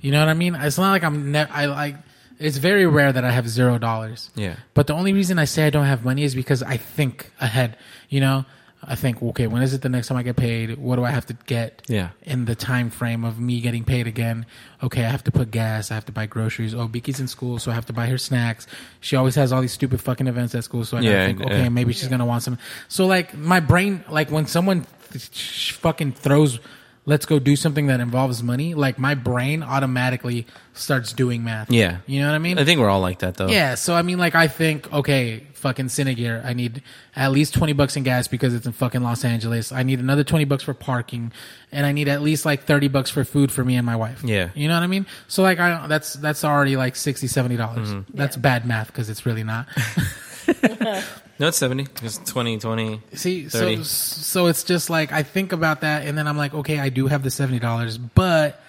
Speaker 2: You know what I mean? It's not like I'm. Ne- I like. It's very rare that I have zero dollars.
Speaker 3: Yeah.
Speaker 2: But the only reason I say I don't have money is because I think ahead. You know, I think, okay, when is it the next time I get paid? What do I have to get?
Speaker 3: Yeah.
Speaker 2: In the time frame of me getting paid again, okay, I have to put gas, I have to buy groceries. Oh, Biki's in school, so I have to buy her snacks. She always has all these stupid fucking events at school, so I gotta
Speaker 3: Yeah,
Speaker 2: think,
Speaker 3: yeah.
Speaker 2: okay, maybe she's gonna want some. So like my brain, like when someone th- sh- fucking throws, let's go do something that involves money. Like my brain automatically starts doing math.
Speaker 3: Yeah.
Speaker 2: you know what I mean.
Speaker 3: I think we're all like that though.
Speaker 2: Yeah, so I mean, like, I think, okay, fucking Cinegear, I need at least 20 bucks in gas because it's in fucking Los Angeles. I need another 20 bucks for parking, and I need at least like 30 bucks for food for me and my wife.
Speaker 3: Yeah.
Speaker 2: You know what I mean? So, like, I, that's that's already like 60 $70. dollars
Speaker 3: Mm-hmm.
Speaker 2: That's bad math because it's really not. [laughs]
Speaker 3: No, it's 70. It's 20, 20.
Speaker 2: See,
Speaker 3: 30.
Speaker 2: so so it's just like I think about that, and then I'm like, okay, I do have the seventy dollars, but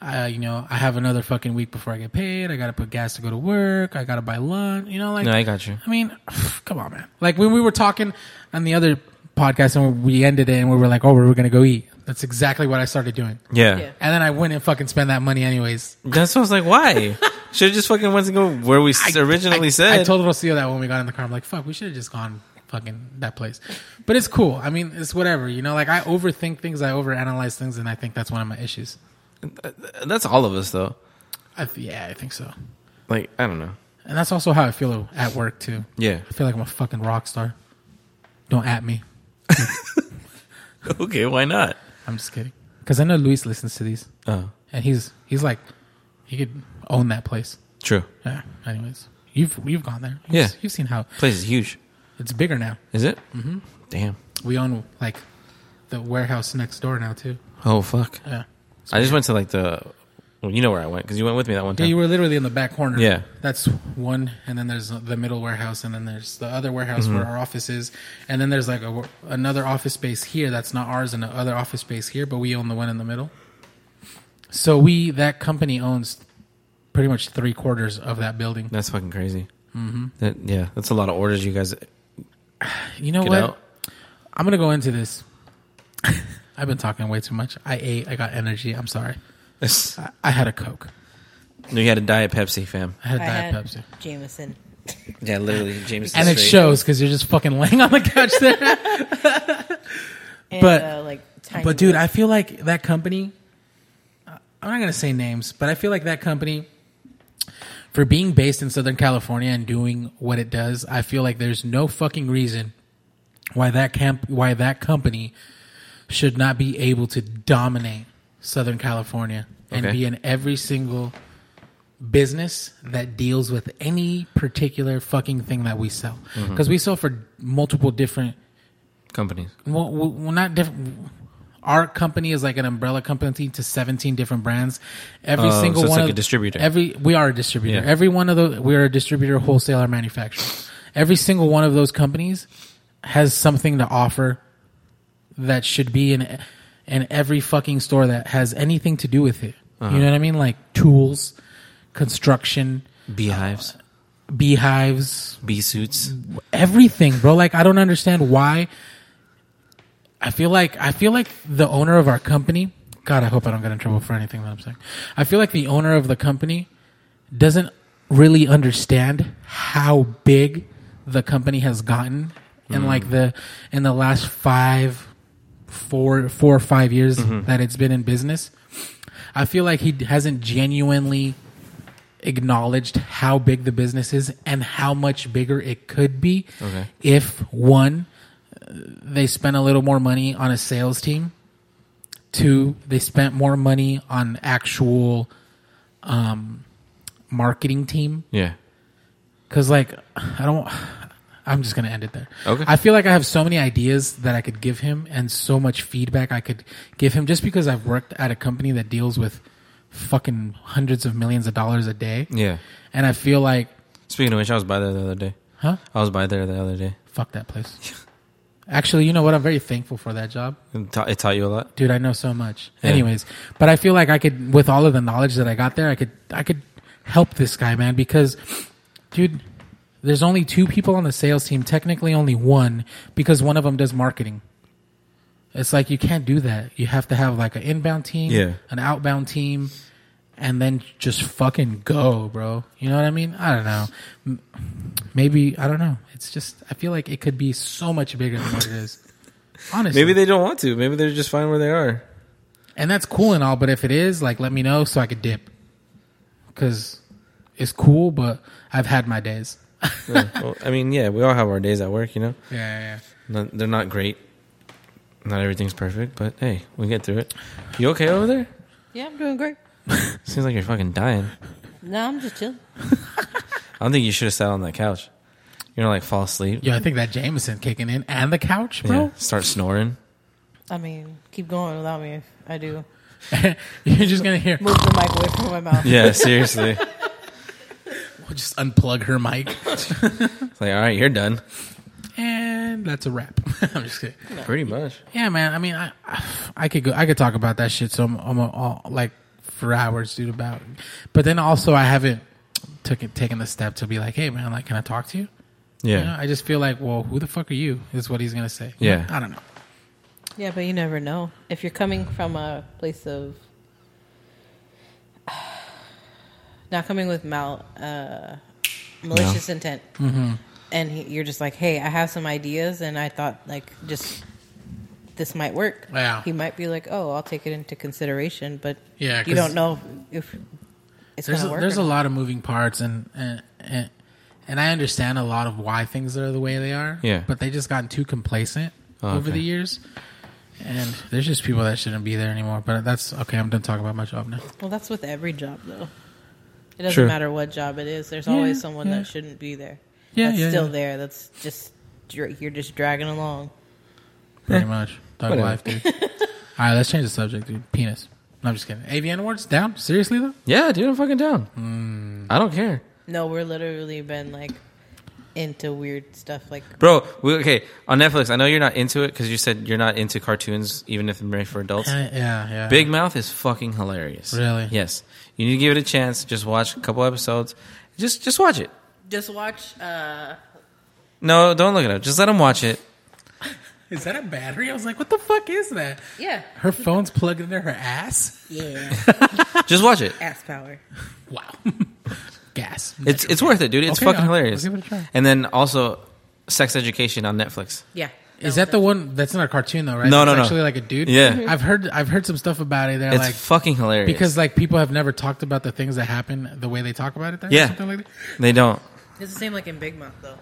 Speaker 2: uh, you know, I have another fucking week before I get paid. I gotta put gas to go to work. I gotta buy lunch. You know, like
Speaker 3: No, I got you.
Speaker 2: I mean, [sighs] come on, man. Like when we were talking on the other podcast, and we ended it, and we were like, oh, we were gonna go eat. That's exactly what I started doing,
Speaker 3: Yeah.
Speaker 4: Yeah.
Speaker 2: and then I went and fucking spent that money anyways.
Speaker 3: That's what I was like, why?
Speaker 2: [laughs]
Speaker 3: Should have just fucking went to go where we s
Speaker 2: I-
Speaker 3: originally
Speaker 2: I,
Speaker 3: said.
Speaker 2: I told Rocio that when we got in the car. I'm like, fuck, we should have just gone fucking that place. But it's cool. I mean, it's whatever. You know, like I overthink things, I overanalyze things, and I think that's one of my issues.
Speaker 3: That's all of us though.
Speaker 2: I th- yeah, I think so.
Speaker 3: Like, I don't know.
Speaker 2: And that's also how I feel at work too.
Speaker 3: Yeah.
Speaker 2: I feel like I'm a fucking rock star. Don't at me.
Speaker 3: [laughs] okay, why not?
Speaker 2: I'm just kidding. Because I know Luis listens to these,
Speaker 3: Oh,
Speaker 2: and he's he's like, he could own that place.
Speaker 3: true.
Speaker 2: Yeah. Anyways, you've you've gone there. You've,
Speaker 3: Yeah.
Speaker 2: s- You've seen how
Speaker 3: Place is huge.
Speaker 2: it's bigger now.
Speaker 3: Is it? Mm-hmm. Damn.
Speaker 2: We own like the warehouse next door now too.
Speaker 3: Oh fuck.
Speaker 2: Yeah.
Speaker 3: I just went to like the. Well, you know where I went because you went with me that one
Speaker 2: Yeah,
Speaker 3: time.
Speaker 2: you were literally in the back corner.
Speaker 3: Yeah.
Speaker 2: That's one. And then there's the middle warehouse. And then there's the other warehouse
Speaker 3: Mm-hmm.
Speaker 2: where our office is. And then there's like a, another office space here that's not ours and another office space here, but we own the one in the middle. So we, that company owns pretty much three quarters of that building.
Speaker 3: that's fucking crazy. Mm-hmm. That, yeah, that's a lot of orders you guys get
Speaker 2: You know what?
Speaker 3: out.
Speaker 2: I'm going to go into this. [laughs] I've been talking way too much. I ate. I got energy. I'm sorry. I, I had a Coke.
Speaker 3: [laughs] No, you had a diet Pepsi, fam.
Speaker 2: I had
Speaker 4: I
Speaker 2: Diet
Speaker 4: had
Speaker 2: Pepsi.
Speaker 4: Jameson.
Speaker 3: Yeah, literally, James.
Speaker 2: And it shows because you're just fucking laying on the couch there.
Speaker 4: And,
Speaker 2: But-
Speaker 4: uh, like, tiny
Speaker 2: But dude,
Speaker 4: Milk.
Speaker 2: I feel like that company. I'm not gonna say names, but I feel like that company, for being based in Southern California and doing what it does, I feel like there's no fucking reason why that camp why that company should not be able to dominate Southern California and
Speaker 3: Okay.
Speaker 2: be in every single business that deals with any particular fucking thing that we sell because we sell for multiple different
Speaker 3: companies.
Speaker 2: well, well, well, not different. Our company is like an umbrella company to seventeen different brands. Every
Speaker 3: Oh,
Speaker 2: single
Speaker 3: so it's
Speaker 2: one
Speaker 3: like
Speaker 2: of
Speaker 3: a distributor.
Speaker 2: Every we are a distributor.
Speaker 3: Yeah.
Speaker 2: Every one of those we are a distributor, wholesaler, manufacturer. Every single one of those companies has something to offer that should be in in every fucking store that has anything to do with it.
Speaker 3: Uh-huh.
Speaker 2: You know what I mean? Like tools, construction,
Speaker 3: Beehives,
Speaker 2: beehives,
Speaker 3: bee suits.
Speaker 2: everything, bro. Like I don't understand why. I feel like I feel like the owner of our company. God, I hope I don't get in trouble for anything that I'm saying. I feel like the owner of the company doesn't really understand how big the company has gotten in like the in the last five, four, four or five years that it's been in business. I feel like he hasn't genuinely acknowledged how big the business is and how much bigger it could be
Speaker 3: Okay.
Speaker 2: if one uh, they spent a little more money on a sales team two they spent more money on actual um, marketing team
Speaker 3: Yeah,
Speaker 2: because like i don't i'm just gonna end it there
Speaker 3: Okay.
Speaker 2: i feel like i have so many ideas that i could give him and so much feedback i could give him just because i've worked at a company that deals with fucking hundreds of millions of dollars a day
Speaker 3: yeah.
Speaker 2: and I feel like,
Speaker 3: Speaking of which, I was by there the other day.
Speaker 2: huh?
Speaker 3: I was by there the other day.
Speaker 2: Fuck that
Speaker 3: [laughs]
Speaker 2: place. Actually, you know what? I'm very thankful for that job.
Speaker 3: It taught, it taught you a lot.
Speaker 2: Dude, I know so much.
Speaker 3: Yeah.
Speaker 2: Anyways, but I feel like I could with all of the knowledge that I got there, I could I could help this guy, man, because dude, there's only two people on the sales team, technically only one because one of them does marketing. It's like you can't do that. You have to have like an inbound team,
Speaker 3: Yeah.
Speaker 2: an outbound team, and then just fucking go, bro. You know what I mean? I don't know. M- Maybe I don't know. It's just I feel like it could be so much bigger than what it is. Honestly,
Speaker 3: [laughs] Maybe they don't want to. Maybe they're just fine where they [laughs] are.
Speaker 2: and that's cool and all. But if it is, like, let me know so I could dip. Because it's cool, but I've had my days. yeah,
Speaker 3: Yeah. Well, I mean, yeah, we all have our days at work, you know.
Speaker 2: yeah,
Speaker 3: Not, they're not great. Not everything's perfect, but hey, we get through it. You okay over there?
Speaker 4: Yeah, I'm doing great.
Speaker 3: Seems like you're fucking dying.
Speaker 4: No, I'm just chilling.
Speaker 3: I don't think you should have sat on that couch. You're gonna like fall asleep.
Speaker 2: yeah. Yo, I think that Jameson kicking in and the couch,
Speaker 3: Yeah.
Speaker 2: bro.
Speaker 3: Start snoring.
Speaker 4: I mean, keep going without me if I do.
Speaker 2: [laughs] You're just gonna hear.
Speaker 4: Move the mic away from my
Speaker 3: [laughs]
Speaker 4: mouth.
Speaker 3: Yeah, seriously. It's
Speaker 2: Just unplug her mic,
Speaker 3: like, all right, you're done.
Speaker 2: [laughs] and that's a wrap. [laughs] I'm just kidding.
Speaker 3: Pretty much.
Speaker 2: Yeah, man. I mean, I, I could go. I could talk about that shit. So I'm, I'm all, like for hours, dude. About, but then also I haven't took it, taken the step to be like, hey, man, like, can I talk to you?
Speaker 3: Yeah.
Speaker 2: You know, I just feel like, well, who the fuck are you? Is what he's gonna say.
Speaker 3: Yeah.
Speaker 2: I don't know.
Speaker 4: Yeah, but you never know. If you're coming from a place of [sighs] not coming with mal uh, malicious intent,
Speaker 2: Mm-hmm.
Speaker 4: and he, you're just like, "Hey, I have some ideas, and I thought like just this might work."
Speaker 2: Yeah.
Speaker 4: he might be like, "Oh, I'll take it into consideration," but
Speaker 2: Yeah, 'cause
Speaker 4: you don't know if it's
Speaker 2: There's
Speaker 4: going
Speaker 2: a,
Speaker 4: to work.
Speaker 2: there's
Speaker 4: or
Speaker 2: a
Speaker 4: not.
Speaker 2: lot of moving parts, and and, and and I understand a lot of why things are the way they are.
Speaker 3: Yeah.
Speaker 2: But they just gotten too complacent
Speaker 3: Oh,
Speaker 2: over
Speaker 3: okay.
Speaker 2: the years, and there's just people that shouldn't be there anymore. But that's okay. I'm done talking about my job now.
Speaker 4: Well, that's with every job though. It doesn't
Speaker 3: Sure.
Speaker 4: matter what job it is. There's
Speaker 2: Yeah,
Speaker 4: always someone
Speaker 2: yeah.
Speaker 4: that shouldn't be there.
Speaker 2: Yeah,
Speaker 4: that's
Speaker 2: yeah,
Speaker 4: still
Speaker 2: yeah.
Speaker 4: there. That's just dra- you're just dragging along.
Speaker 2: Pretty much. Thug
Speaker 3: Whatever.
Speaker 2: life,
Speaker 4: [laughs]
Speaker 2: dude. All right, let's change the subject, dude. Penis. No, I'm just kidding. AVN awards down? Seriously though?
Speaker 3: Yeah, dude, I'm fucking down. I don't care.
Speaker 4: No, we're literally been like into weird stuff. Like
Speaker 3: Bro, we, okay, on Netflix, I know you're not into it because you said you're not into cartoons, even if they're made for adults.
Speaker 2: Uh, yeah, yeah.
Speaker 3: Big Mouth is fucking hilarious.
Speaker 2: Really?
Speaker 3: Yes. You need to give it a chance. Just watch a couple episodes. Just just watch it.
Speaker 4: just watch. uh
Speaker 3: No, don't look it up. Just let them
Speaker 2: [laughs]
Speaker 3: watch it.
Speaker 2: Is that a battery? I was like, what the fuck is that?
Speaker 4: Yeah,
Speaker 2: Her phone's plugged into her ass?
Speaker 4: yeah.
Speaker 3: Just watch it.
Speaker 4: Ass power.
Speaker 2: Wow.
Speaker 3: [laughs]
Speaker 2: Gas.
Speaker 3: It's it's worth it, dude. It's
Speaker 2: Okay,
Speaker 3: fucking
Speaker 2: I'll- I'll
Speaker 3: hilarious.
Speaker 2: give it a try.
Speaker 3: And then also, Sex Education on Netflix.
Speaker 4: Yeah.
Speaker 2: Is that Mm-hmm. the one that's not a cartoon though, right?
Speaker 3: No,
Speaker 2: It's
Speaker 3: no, no.
Speaker 2: actually like a dude.
Speaker 3: Yeah. Mhm.
Speaker 2: I've heard I've heard some stuff about it. They're
Speaker 3: It's
Speaker 2: like
Speaker 3: fucking hilarious.
Speaker 2: because like people have never talked about the things that happen the way they talk about it there. or
Speaker 3: Yeah.
Speaker 2: something like that.
Speaker 3: they don't.
Speaker 4: It's the same like in Big Mouth though.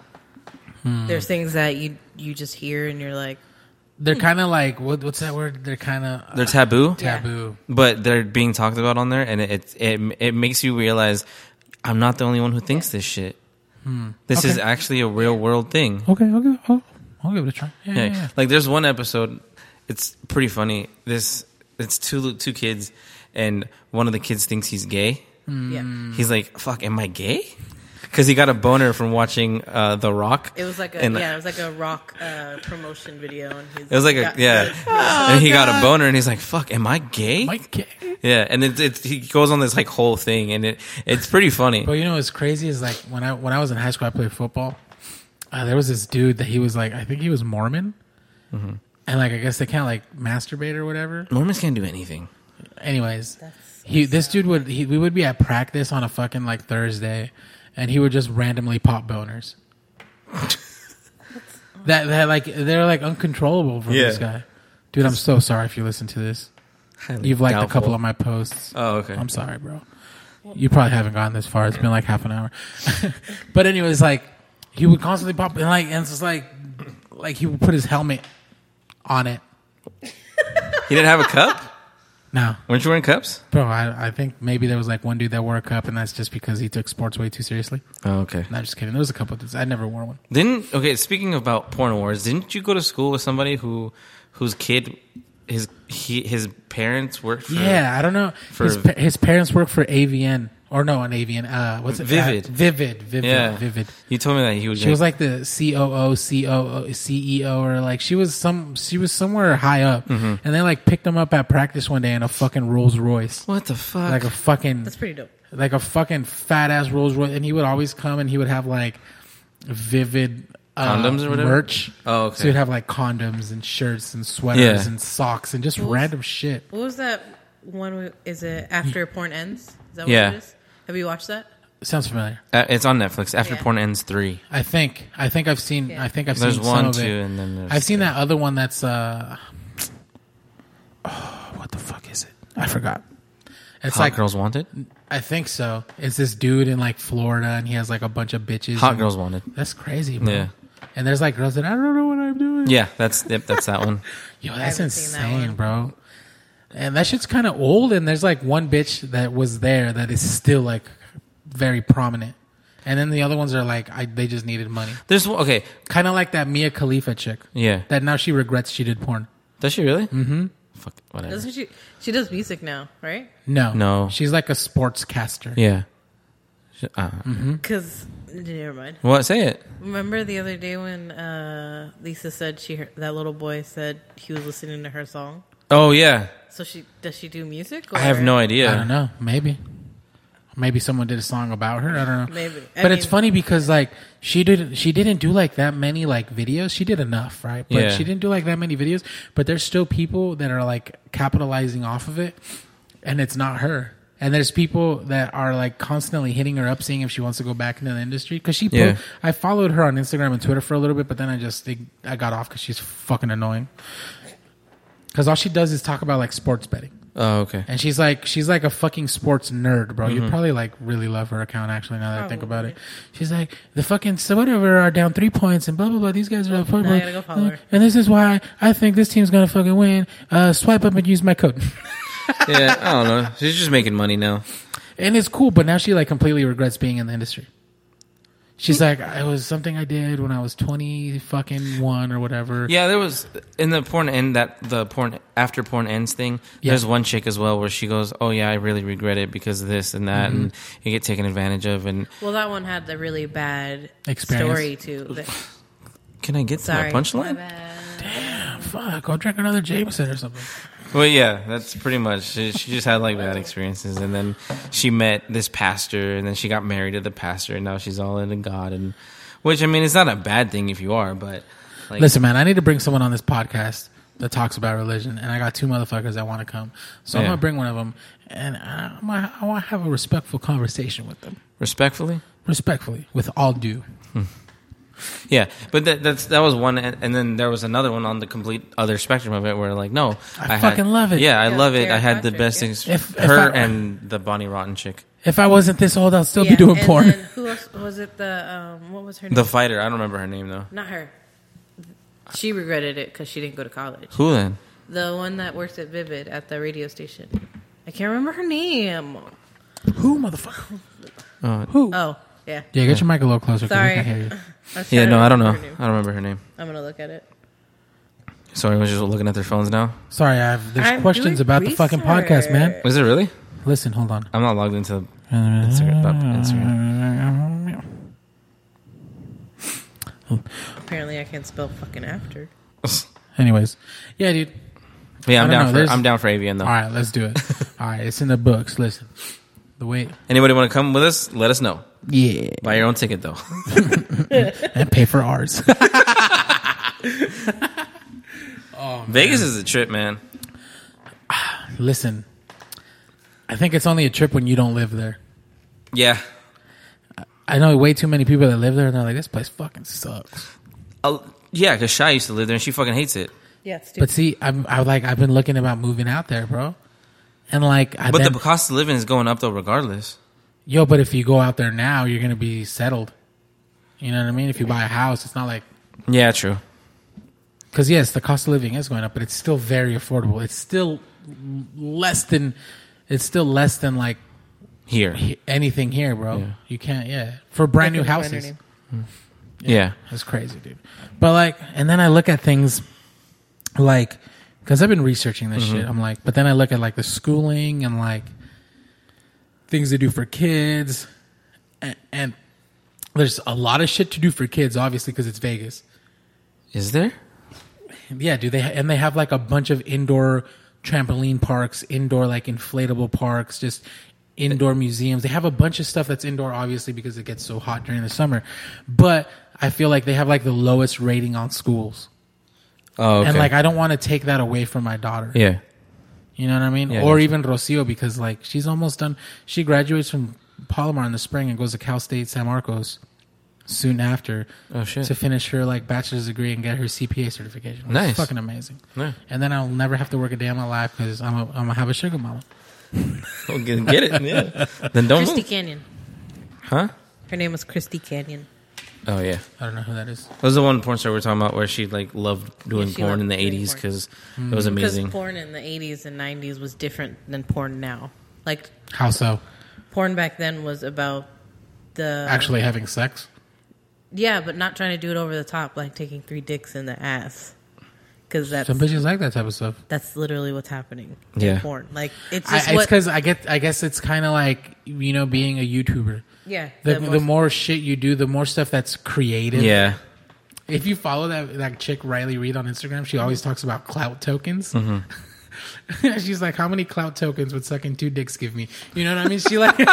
Speaker 2: Hmm.
Speaker 4: There's things that you you just hear and you're like,
Speaker 2: They're kinda like what, what's that word? They're kinda uh,
Speaker 3: They're taboo,
Speaker 2: taboo.
Speaker 3: but they're being talked about on there, and it it it, it makes you realize I'm not the only one who thinks this shit. This is
Speaker 2: Hmm. Okay.
Speaker 3: actually a real world thing.
Speaker 2: Okay, I'll give, I'll, I'll give it a try. Yeah, yeah,
Speaker 3: Yeah.
Speaker 2: yeah.
Speaker 3: Like there's one episode, it's pretty funny. This it's two two kids, and one of the kids thinks he's gay.
Speaker 2: Hmm.
Speaker 4: yeah.
Speaker 3: He's like, "Fuck, am I gay?" Because he got a boner from watching uh, The Rock.
Speaker 4: It was like a
Speaker 3: And-
Speaker 4: yeah, it was like a rock uh, promotion video, and he's
Speaker 3: It was like a
Speaker 4: got-
Speaker 3: yeah, and he got a boner, and he's like, "Fuck, am I gay?"
Speaker 2: Mike Gay.
Speaker 3: Yeah, and it's it's he goes on this like whole thing, and it it's pretty funny.
Speaker 2: But you know what's crazy is like when I when I was in high school, I played football. Uh, there was this dude that he was like, I think he was Mormon,
Speaker 3: Mm-hmm.
Speaker 2: and like I guess they can't like masturbate or whatever.
Speaker 3: Mormons can't do anything.
Speaker 2: Anyways, he this dude would he, we would be at practice on a fucking like Thursday, and he would just randomly pop boners. that that like they're like uncontrollable for this
Speaker 3: Yeah.
Speaker 2: guy, dude. I'm so sorry if you listen to this. You've liked a couple of my posts.
Speaker 3: Oh, okay.
Speaker 2: I'm sorry, bro. You probably haven't gotten this far. It's been like half an hour. [laughs] but anyways, like he would constantly pop and like and it's just like like he would put his helmet on it.
Speaker 3: He didn't have a cup.
Speaker 2: No,
Speaker 3: [laughs] Weren't you wearing cups?
Speaker 2: bro, I, I think maybe there was like one dude that wore a cup, and that's just because he took sports way too seriously.
Speaker 3: Oh, okay.
Speaker 2: No, just kidding. There was a couple of dudes. I never wore one.
Speaker 3: Didn't okay. Speaking about porn awards, didn't you go to school with somebody who whose kid his he his parents worked for?
Speaker 2: Yeah, I don't know.
Speaker 3: for-
Speaker 2: his, pa- his parents work for AVN or no, an AVN. Uh, what's it?
Speaker 3: Vivid.
Speaker 2: Uh, Vivid. Vivid.
Speaker 3: yeah,
Speaker 2: Vivid.
Speaker 3: You told me that he would.
Speaker 2: She was like the COO, COO, CEO, E or like she was some, she was somewhere high up,
Speaker 3: Mm-hmm.
Speaker 2: and they like picked them up at practice one day in a fucking Rolls Royce,
Speaker 3: "What the fuck?"
Speaker 2: like a fucking,
Speaker 4: That's pretty dope.
Speaker 2: like a fucking fat ass Rolls Royce, and he would always come and he would have like vivid uh,
Speaker 3: Condoms or whatever?
Speaker 2: merch.
Speaker 3: Oh, okay.
Speaker 2: So he'd have like condoms and shirts and sweaters
Speaker 3: Yeah.
Speaker 2: and socks and just random shit.
Speaker 4: What was that one? we- Is it after porn ends? Is that what
Speaker 3: Yeah.
Speaker 4: it is? Have you watched that?
Speaker 2: Sounds familiar.
Speaker 3: Uh, it's on Netflix. After
Speaker 4: Yeah.
Speaker 3: Porn Ends three.
Speaker 2: I think. I think I've seen.
Speaker 4: Yeah.
Speaker 2: I think I've
Speaker 3: There's
Speaker 2: seen
Speaker 3: one,
Speaker 2: some of
Speaker 3: two,
Speaker 2: it.
Speaker 3: and then there's
Speaker 2: I've seen that other one. That's uh, [sighs] oh, what the fuck is it? I forgot. It's
Speaker 3: Hot
Speaker 2: like
Speaker 3: Girls Wanted.
Speaker 2: I think so. It's this dude in like Florida, and he has like a bunch of bitches.
Speaker 3: Hot
Speaker 2: and-
Speaker 3: Girls Wanted.
Speaker 2: That's crazy, bro.
Speaker 3: Yeah.
Speaker 2: And there's like girls that I don't know what I'm doing.
Speaker 3: Yeah, that's yep, that's
Speaker 2: [laughs]
Speaker 3: that one.
Speaker 2: Yo, that's
Speaker 4: haven't seen that
Speaker 2: insane,
Speaker 4: one.
Speaker 2: bro. And that shit's kind of old. And there's like one bitch that was there that is still like very prominent. And then the other ones are like I, they just needed money,
Speaker 3: There's one- okay.
Speaker 2: kind of like that Mia Khalifa chick.
Speaker 3: Yeah.
Speaker 2: That now she regrets she did porn.
Speaker 3: Does she really? Mm-hmm. Fuck whatever.
Speaker 4: Doesn't she? She does music now, right?
Speaker 2: No,
Speaker 3: No.
Speaker 2: she's like a sportscaster.
Speaker 3: yeah. Sh- Uh,
Speaker 4: Because never mind.
Speaker 3: What? Say it.
Speaker 4: Remember the other day when uh, Lisa said she heard, that little boy said he was listening to her song.
Speaker 3: Oh yeah.
Speaker 4: So she does she do music?
Speaker 3: I have no idea.
Speaker 2: I don't know. Maybe. Maybe someone did a song about her. I don't know.
Speaker 4: [laughs] Maybe. I
Speaker 2: but it's
Speaker 4: mean-
Speaker 2: funny because like she didn't she didn't do like that many like videos. She did enough, right? But
Speaker 3: Yeah.
Speaker 2: she didn't do like that many videos. But there's still people that are like capitalizing off of it and it's not her. And there's people that are like constantly hitting her up, seeing if she wants to go back into the industry. Because she, po-
Speaker 3: Yeah.
Speaker 2: I followed her on Instagram and Twitter for a little bit, but then I just think I got off because she's fucking annoying. Because all she does is talk about like sports betting.
Speaker 3: Oh okay.
Speaker 2: And she's like, she's like a fucking sports nerd, bro.
Speaker 4: Mm-hmm.
Speaker 2: You'd probably like really love her account actually. Now that I think about it, she's like the fucking so whatever are down three points and blah blah blah. These guys are up four
Speaker 4: now I
Speaker 2: points. Uh,
Speaker 4: gotta go follow her.
Speaker 2: And this is why I think this team's gonna fucking win. Uh, swipe up and use my code.
Speaker 3: [laughs]
Speaker 2: [laughs]
Speaker 3: yeah, I don't know. She's just making money now.
Speaker 2: and it's cool, but now she like completely regrets being in the industry. She's like, it was something I did when I was twenty fucking one or whatever.
Speaker 3: Yeah, there was in the porn end that the porn after porn ends thing.
Speaker 2: Yeah.
Speaker 3: There's one chick as well where she goes, "Oh yeah, I really regret it because of this and that, and you get taken advantage of." And
Speaker 4: Well, that one had the really bad
Speaker 2: Experience.
Speaker 4: story too. That-
Speaker 3: can I get
Speaker 4: Sorry,
Speaker 3: to my
Speaker 4: My
Speaker 3: punchline?
Speaker 4: bad.
Speaker 2: Fuck, go drink another Jameson or something.
Speaker 3: Well, yeah, that's pretty much. She, she just had like bad experiences, and then she met this pastor, and then she got married to the pastor, and now she's all into God, and which I mean, it's not a bad thing if you are, but like,
Speaker 2: Listen, man, I need to bring someone on this podcast that talks about religion, and I got two motherfuckers that want to come, so I'm
Speaker 3: Yeah.
Speaker 2: gonna bring one of them, and I, I'm gonna, I want to have a respectful conversation with them,
Speaker 3: respectfully.
Speaker 2: respectfully, with all due.
Speaker 3: Yeah, but that, that's that was one, and, and then there was another one on the complete other spectrum of it, where like, no,
Speaker 2: I fucking love it.
Speaker 3: Yeah, I
Speaker 4: Yeah,
Speaker 3: love it. I
Speaker 4: Derek
Speaker 3: had the
Speaker 4: Patrick,
Speaker 3: best.
Speaker 4: yeah.
Speaker 3: Ex-
Speaker 2: If- if
Speaker 3: her
Speaker 2: I-
Speaker 3: and the Bonnie Rotten chick,
Speaker 2: If I wasn't this old, I'd still
Speaker 4: Yeah,
Speaker 2: be doing
Speaker 4: and
Speaker 2: porn.
Speaker 4: then who else was it? The um, what was her name?
Speaker 3: the fighter. I don't remember her name though.
Speaker 4: Not her. She regretted it because she didn't go to college.
Speaker 3: Who then?
Speaker 4: The one that works at Vivid at the radio station. I can't remember her name.
Speaker 2: [laughs] Who, motherfucker?
Speaker 3: Oh.
Speaker 2: Who?
Speaker 4: Oh, yeah.
Speaker 2: yeah, get your mic a little closer. 'cause we
Speaker 4: Sorry.
Speaker 2: can't hear you.
Speaker 4: I was
Speaker 3: Yeah,
Speaker 4: trying
Speaker 3: no,
Speaker 4: to
Speaker 3: I don't know. I
Speaker 4: remember
Speaker 3: don't remember
Speaker 4: her name.
Speaker 3: her name.
Speaker 4: I'm gonna look at it.
Speaker 3: Sorry, I was just looking at their phones now.
Speaker 2: Sorry, I have, there's
Speaker 4: I'm
Speaker 2: questions
Speaker 4: doing
Speaker 2: about the fucking podcast, man.
Speaker 3: Is it really?
Speaker 2: Listen, hold on.
Speaker 3: I'm not logged into [laughs] Instagram. About Instagram.
Speaker 4: Apparently, I can't spell fucking after.
Speaker 2: Anyways, yeah, dude.
Speaker 3: But yeah,
Speaker 2: I
Speaker 3: I'm
Speaker 2: don't know,
Speaker 3: down
Speaker 2: there's-
Speaker 3: for I'm down for AVN though.
Speaker 2: All right, let's do it. All right, it's in the books. Listen, the wait.
Speaker 3: Anybody want to come with us? Let us know.
Speaker 2: Yeah.
Speaker 3: Buy your own
Speaker 2: [laughs]
Speaker 3: ticket though.
Speaker 2: and pay for ours.
Speaker 3: Vegas is a trip, man.
Speaker 2: Listen, I think it's only a trip when you don't live there.
Speaker 3: Yeah.
Speaker 2: I know way too many people that live there, and they're like, "This place fucking sucks."
Speaker 3: i Uh, yeah, because Shy used to live there and she fucking hates it.
Speaker 4: Yeah, it's
Speaker 2: But see, I'm I like I've been looking about moving out there, bro, and like I
Speaker 3: But
Speaker 2: been,
Speaker 3: the cost of living is going up though, regardless.
Speaker 2: yo, but if you go out there now, you're gonna be settled. You know what I mean? If you buy a house, it's not like
Speaker 3: Yeah, true.
Speaker 2: because yes, the cost of living is going up, but it's still very affordable. It's still less than it's still less than like
Speaker 3: Here. Yeah.
Speaker 2: he- anything here, bro. You can't, yeah, for brand new houses. That's crazy, dude. But like, and then I look at things like, because I've been researching this shit. I'm like, but then I look at like the schooling and like things to do for kids, and, and there's a lot of shit to do for kids, obviously, because it's Vegas.
Speaker 3: Is there?
Speaker 2: Yeah, do they? And they have like a bunch of indoor trampoline parks, indoor like inflatable parks, just indoor museums. They have a bunch of stuff that's indoor, obviously, because it gets so hot during the summer. But I feel like they have like the lowest rating on schools,
Speaker 3: Oh, okay.
Speaker 2: and like I don't want to take that away from my daughter.
Speaker 3: yeah.
Speaker 2: You know what I mean?
Speaker 3: Yeah, I
Speaker 2: or
Speaker 3: gotcha.
Speaker 2: even Rocio because like she's almost done. She graduates from Palomar in the spring and goes to Cal State San Marcos soon after
Speaker 3: Oh, shit.
Speaker 2: to finish her like bachelor's degree and get her CPA certification. It's
Speaker 3: Nice.
Speaker 2: fucking amazing.
Speaker 3: Yeah.
Speaker 2: And then I'll never have to work a day in my life because I'm a, I'm gonna have a sugar mama.
Speaker 3: Well, [laughs] get, get it. Yeah. [laughs] Then don't
Speaker 4: Christy
Speaker 3: move.
Speaker 4: Canyon.
Speaker 3: Huh?
Speaker 4: Her name was Christy Canyon.
Speaker 3: Oh yeah.
Speaker 2: I don't know who that is.
Speaker 3: That was the one porn star we were talking about where she like loved doing
Speaker 4: Yeah, she
Speaker 3: porn
Speaker 4: loved
Speaker 3: in the
Speaker 4: doing
Speaker 3: eighties
Speaker 4: porn.
Speaker 3: because it was
Speaker 4: Because
Speaker 3: amazing.
Speaker 4: porn in the 80s and 90s was different than porn now. Like,
Speaker 2: How so?
Speaker 4: porn back then was about the.
Speaker 2: Actually having sex?
Speaker 4: Yeah, but not trying to do it over the top, like taking three dicks in the ass. Because that's,
Speaker 2: Some bitches like that type of stuff.
Speaker 4: that's literally what's happening
Speaker 3: Yeah.
Speaker 4: in porn. Like, it's
Speaker 2: I,
Speaker 4: just
Speaker 2: it's
Speaker 4: what.
Speaker 2: because I get. I guess it's kind of like you know being a YouTuber.
Speaker 4: yeah.
Speaker 2: The,
Speaker 4: the
Speaker 2: the, more,
Speaker 4: most-
Speaker 2: shit you do, the more stuff that's creative.
Speaker 3: Yeah.
Speaker 2: If you follow that that chick Riley Reed on Instagram, she always talks about clout tokens. [laughs]
Speaker 3: Mm-hmm.
Speaker 2: She's like, "How many clout tokens would sucking two dicks give me?" You know what I mean? She like, [laughs]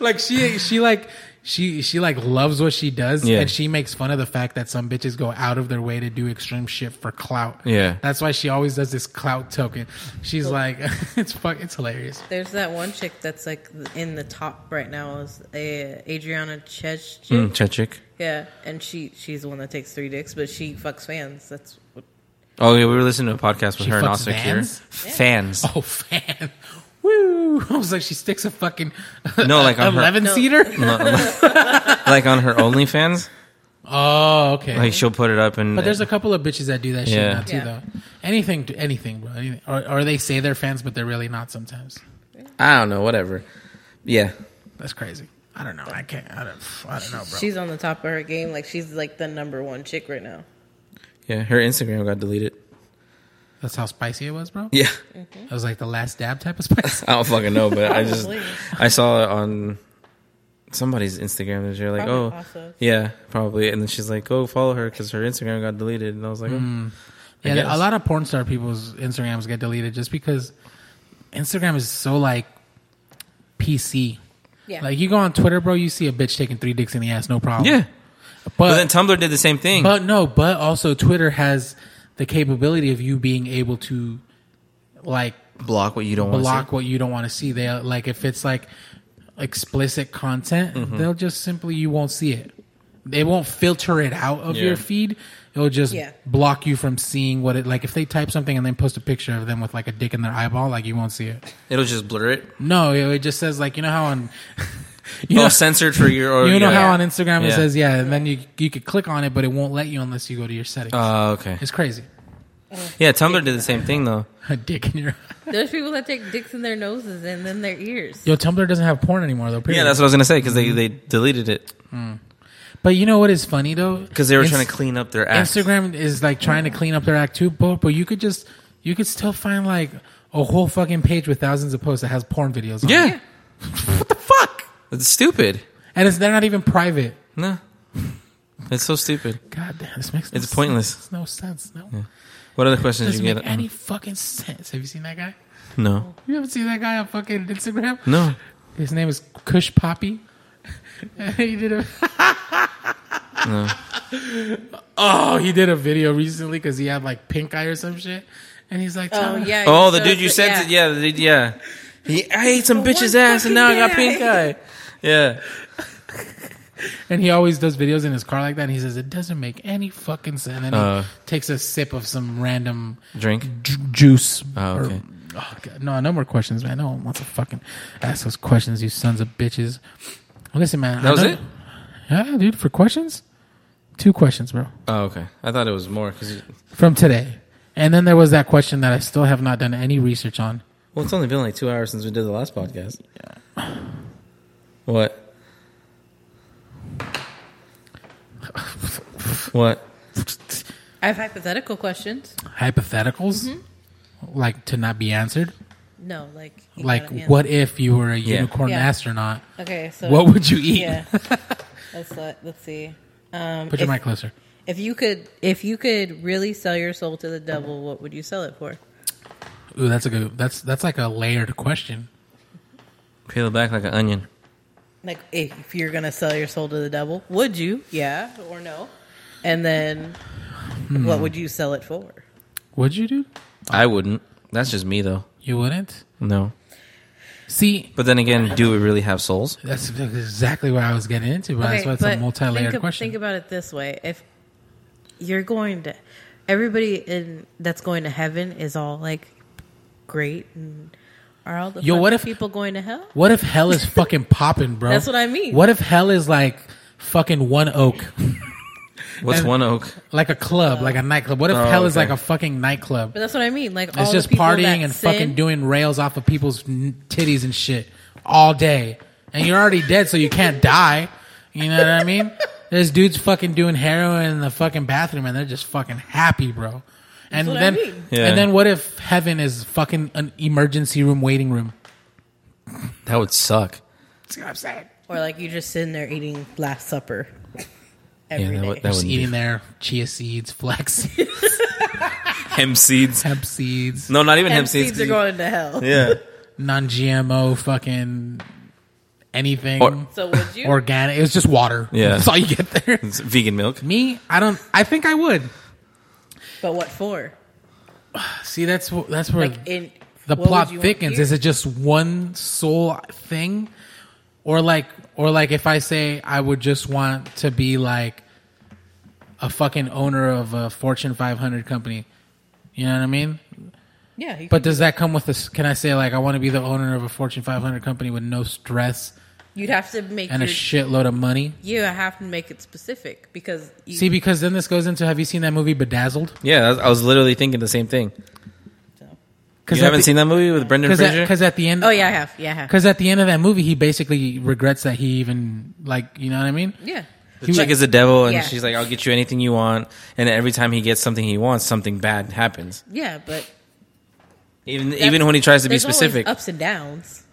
Speaker 2: like she she like she she like loves what she does,
Speaker 3: Yeah.
Speaker 2: and she makes fun of the fact that some bitches go out of their way to do extreme shit for clout.
Speaker 3: Yeah.
Speaker 2: that's why she always does this clout token. She's like, [laughs] it's fuck, it's
Speaker 3: [laughs]
Speaker 2: hilarious.
Speaker 4: There's that one chick that's like in the top right now is uh, Adriana Chech.
Speaker 2: Hmm.
Speaker 3: Mm, Chechik.
Speaker 4: Yeah, and she she's the one that takes three dicks, but she fucks fans. That's what,
Speaker 3: Oh yeah, we were listening to a podcast with
Speaker 2: She
Speaker 3: her and
Speaker 2: fucks
Speaker 3: also here.
Speaker 2: vans? [laughs]
Speaker 3: Fans. [laughs]
Speaker 2: Oh, fan. Woo! [laughs] I was like, she sticks a fucking
Speaker 3: No, like on her-
Speaker 2: eleven seater.
Speaker 3: [laughs] like on her OnlyFans.
Speaker 2: Oh, okay.
Speaker 3: Like she'll put it up and
Speaker 2: but there's a couple of bitches that do that shit
Speaker 3: Yeah.
Speaker 2: now too,
Speaker 4: Yeah.
Speaker 2: though. Anything, anything, bro. Anything. Or, or they say they're fans, but they're really not. Sometimes
Speaker 3: I don't know, whatever. Yeah.
Speaker 2: that's crazy. I don't know. I can't. I don't. I don't know, bro.
Speaker 4: she's on the top of her game. Like she's like the number one chick right now.
Speaker 3: Yeah. Her Instagram got deleted.
Speaker 2: that's how spicy it was, bro.
Speaker 3: Yeah.
Speaker 2: It was like the last dab type of [laughs] spice.
Speaker 3: [laughs] I don't fucking know, but I just
Speaker 4: Probably.
Speaker 3: I saw it on somebody's Instagram this year. Like,
Speaker 4: Probably
Speaker 3: oh,
Speaker 4: Assa's.
Speaker 3: yeah, probably. And then she's like, go follow her because her Instagram got deleted. And I was like, oh. I
Speaker 2: Hmm. yeah,
Speaker 3: guess.
Speaker 2: a lot of porn star people's Instagrams get deleted just because Instagram is so like PC.
Speaker 4: Yeah,
Speaker 2: Like you go on Twitter, bro, you see a bitch taking three dicks in the ass, no problem.
Speaker 3: yeah. But
Speaker 2: but
Speaker 3: then Tumblr did the same thing.
Speaker 2: But no, but also Twitter has the capability of you being able to like
Speaker 3: block what you don't want.
Speaker 2: block what you don't want to see. They like if it's like explicit content,
Speaker 3: Mm-hmm.
Speaker 2: they'll just simply you won't see it. They won't filter it out of
Speaker 3: Yeah.
Speaker 2: your feed. It'll just
Speaker 4: Yeah.
Speaker 2: block you from seeing what it like if they type something and then post a picture of them with like a dick in their eyeball, like you won't see it.
Speaker 3: It'll just blur it.
Speaker 2: No, it, it just says like you know how on [laughs] you
Speaker 3: oh,
Speaker 2: know,
Speaker 3: censored for your.
Speaker 2: [laughs]
Speaker 3: Or,
Speaker 2: you know
Speaker 3: yeah.
Speaker 2: how on Instagram it
Speaker 3: Yeah.
Speaker 2: says yeah, and then you you could click on it, but it won't let you unless you go to your settings.
Speaker 3: Oh, okay.
Speaker 2: it's
Speaker 3: [laughs]
Speaker 2: crazy.
Speaker 3: Yeah, Tumblr did the same thing though.
Speaker 2: a dick in your. [laughs]
Speaker 4: there's people that take dicks in their noses and then their ears.
Speaker 2: Yo, Tumblr doesn't have porn anymore though. Period.
Speaker 3: Yeah, that's what I was gonna say because they they deleted it
Speaker 2: But you know what is funny though?
Speaker 3: because they were
Speaker 2: Ins-
Speaker 3: trying to clean up their ass.
Speaker 2: Instagram is like trying to clean up their act too, but but you could just you could still find like a whole fucking page with thousands of posts that has porn videos. on
Speaker 3: Yeah.
Speaker 2: it.
Speaker 3: what the fuck? It's stupid.
Speaker 2: and it's they're not even private.
Speaker 3: No. It's so stupid.
Speaker 2: God damn, this makes no
Speaker 3: It's
Speaker 2: sense.
Speaker 3: pointless.
Speaker 2: It's no sense. No,
Speaker 3: What other questions
Speaker 2: doesn't
Speaker 3: you
Speaker 2: make
Speaker 3: get?
Speaker 2: any fucking sense. Have you seen that guy?
Speaker 3: no.
Speaker 2: You haven't seen that guy on fucking Instagram?
Speaker 3: No.
Speaker 2: His name is Kush Poppy. [laughs] he did a. [laughs] Oh, he did a video recently because he had like pink eye or some shit, and he's like,
Speaker 4: Oh
Speaker 2: telling-
Speaker 4: yeah.
Speaker 3: Oh,
Speaker 4: you
Speaker 3: the
Speaker 4: showed
Speaker 3: dude you
Speaker 4: it,
Speaker 3: sent it. Yeah, the dude, yeah. He, I ate some bitch's
Speaker 4: one
Speaker 3: ass and now I got
Speaker 4: fucking
Speaker 3: pink eye. Yeah.
Speaker 2: And he always does videos in his car like that. And he says it doesn't make any fucking sense. And then he
Speaker 3: Uh.
Speaker 2: takes a sip of some random
Speaker 3: Drink.
Speaker 2: ju- juice.
Speaker 3: Oh, okay.
Speaker 2: oh, God. No, no more questions, man. No one wants to fucking ask those questions, you sons of bitches. Well, listen, man. I
Speaker 3: That was
Speaker 2: know-
Speaker 3: it?
Speaker 2: Yeah, dude. For questions, two questions, bro.
Speaker 3: Oh, okay. I thought it was more because
Speaker 2: from today. And then there was that question that I still have not done any research on.
Speaker 3: well, it's only been like two hours since we did the last podcast. Yeah. [laughs] What? what?
Speaker 4: I have hypothetical questions.
Speaker 2: Hypotheticals, like to not be answered.
Speaker 4: No, like Mm-hmm. you
Speaker 2: Like,
Speaker 4: gotta answer.
Speaker 2: what if you were a
Speaker 3: Yeah.
Speaker 2: unicorn
Speaker 4: Yeah.
Speaker 2: astronaut?
Speaker 4: Okay, so
Speaker 2: What would you eat? [laughs]
Speaker 4: Yeah. let's let, let's see. Um,
Speaker 2: Put
Speaker 4: if-
Speaker 2: your mic closer.
Speaker 4: If you could, if you could really sell your soul to the devil, what would you sell it for?
Speaker 2: Ooh, that's a good. That's that's like a layered question.
Speaker 3: Peel it back like an onion.
Speaker 4: Like, if you're gonna sell your soul to the devil, would you? Yeah or no? And then,
Speaker 2: Hmm.
Speaker 4: what would you sell it for?
Speaker 2: Would you do?
Speaker 3: I wouldn't. That's just me though.
Speaker 2: You wouldn't.
Speaker 3: No.
Speaker 2: See,
Speaker 3: But then again, do we really have souls?
Speaker 2: that's exactly what I was getting into. But that's why it's a
Speaker 4: but
Speaker 2: multi-layered
Speaker 4: think of-
Speaker 2: question.
Speaker 4: Think about it this way: if you're going to, everybody in that's going to heaven is all like great, and are all the
Speaker 2: Yo,
Speaker 4: fucking
Speaker 2: what if-
Speaker 4: people going to hell?
Speaker 2: what if hell
Speaker 4: [laughs]
Speaker 2: is fucking popping, bro?
Speaker 4: That's what I mean.
Speaker 2: What if hell is like fucking one oak,
Speaker 3: What's
Speaker 2: And-
Speaker 3: one oak?
Speaker 2: like a club, like a nightclub? What if
Speaker 3: Oh,
Speaker 2: hell is
Speaker 3: okay.
Speaker 2: like a fucking nightclub?
Speaker 4: But that's what I mean. Like all
Speaker 2: It's just
Speaker 4: the people
Speaker 2: partying
Speaker 4: that
Speaker 2: and
Speaker 4: sin,
Speaker 2: fucking doing rails off of people's n- titties and shit all day. And you're already dead, so you can't die. You know what I
Speaker 4: [laughs]
Speaker 2: mean? There's dudes fucking doing heroin in the fucking bathroom, and they're just fucking happy, bro. And
Speaker 4: what I
Speaker 2: then,
Speaker 4: mean.
Speaker 3: Yeah.
Speaker 2: and then, what if heaven is fucking an emergency room waiting room?
Speaker 3: That would suck.
Speaker 2: That's what I'm saying.
Speaker 4: or like you just sitting there eating Last Supper every day.
Speaker 3: Yeah, that, would- that
Speaker 2: Just
Speaker 4: [laughs]
Speaker 3: would
Speaker 2: eating
Speaker 3: be
Speaker 2: their chia seeds, [laughs] flax seeds,
Speaker 3: hemp seeds.
Speaker 2: hemp seeds,
Speaker 3: No, not even
Speaker 4: Hemp
Speaker 3: hemp, seeds.
Speaker 4: seeds are going to hell.
Speaker 3: yeah.
Speaker 2: non-GMO, fucking anything.
Speaker 3: Or-
Speaker 4: So would you?
Speaker 2: organic. It's just water.
Speaker 3: Yeah.
Speaker 2: that's all you get
Speaker 3: [laughs]
Speaker 2: there.
Speaker 3: It's vegan milk.
Speaker 2: Me, I don't. I think I would.
Speaker 4: but what for?
Speaker 2: See, that's wh- that's where
Speaker 4: Like in
Speaker 2: the
Speaker 4: what would
Speaker 2: plot
Speaker 4: you want
Speaker 2: thickens.
Speaker 4: here?
Speaker 2: Is it just one soul thing, or like, or like if I say I would just want to be like a fucking owner of a Fortune 500 company. You know what I mean?
Speaker 4: Yeah, you,
Speaker 2: But does that come with this? Can I say like I want to be the owner of a Fortune 500 company with no stress
Speaker 4: you'd have to make
Speaker 2: and a
Speaker 4: your,
Speaker 2: shitload of money?
Speaker 4: you have to make it specific because you,
Speaker 2: See, because then this goes into Have you seen that movie Bedazzled?
Speaker 3: Yeah, I was- I was literally thinking the same thing.
Speaker 2: Because
Speaker 3: you haven't seen that movie with Brendan
Speaker 2: Because
Speaker 3: Fraser?
Speaker 2: at, 'cause at the end, [laughs]
Speaker 4: oh yeah, I have yeah, I have
Speaker 2: Because at the end of that movie, he basically regrets that he even like, you know what I mean?
Speaker 4: yeah.
Speaker 3: the chick is the devil, and
Speaker 4: Yeah.
Speaker 3: she's like, "I'll get you anything you want." And every time he gets something he wants, something bad happens.
Speaker 4: Yeah, but
Speaker 3: Even even when he tries to be
Speaker 4: there's always
Speaker 3: specific,
Speaker 4: ups and downs,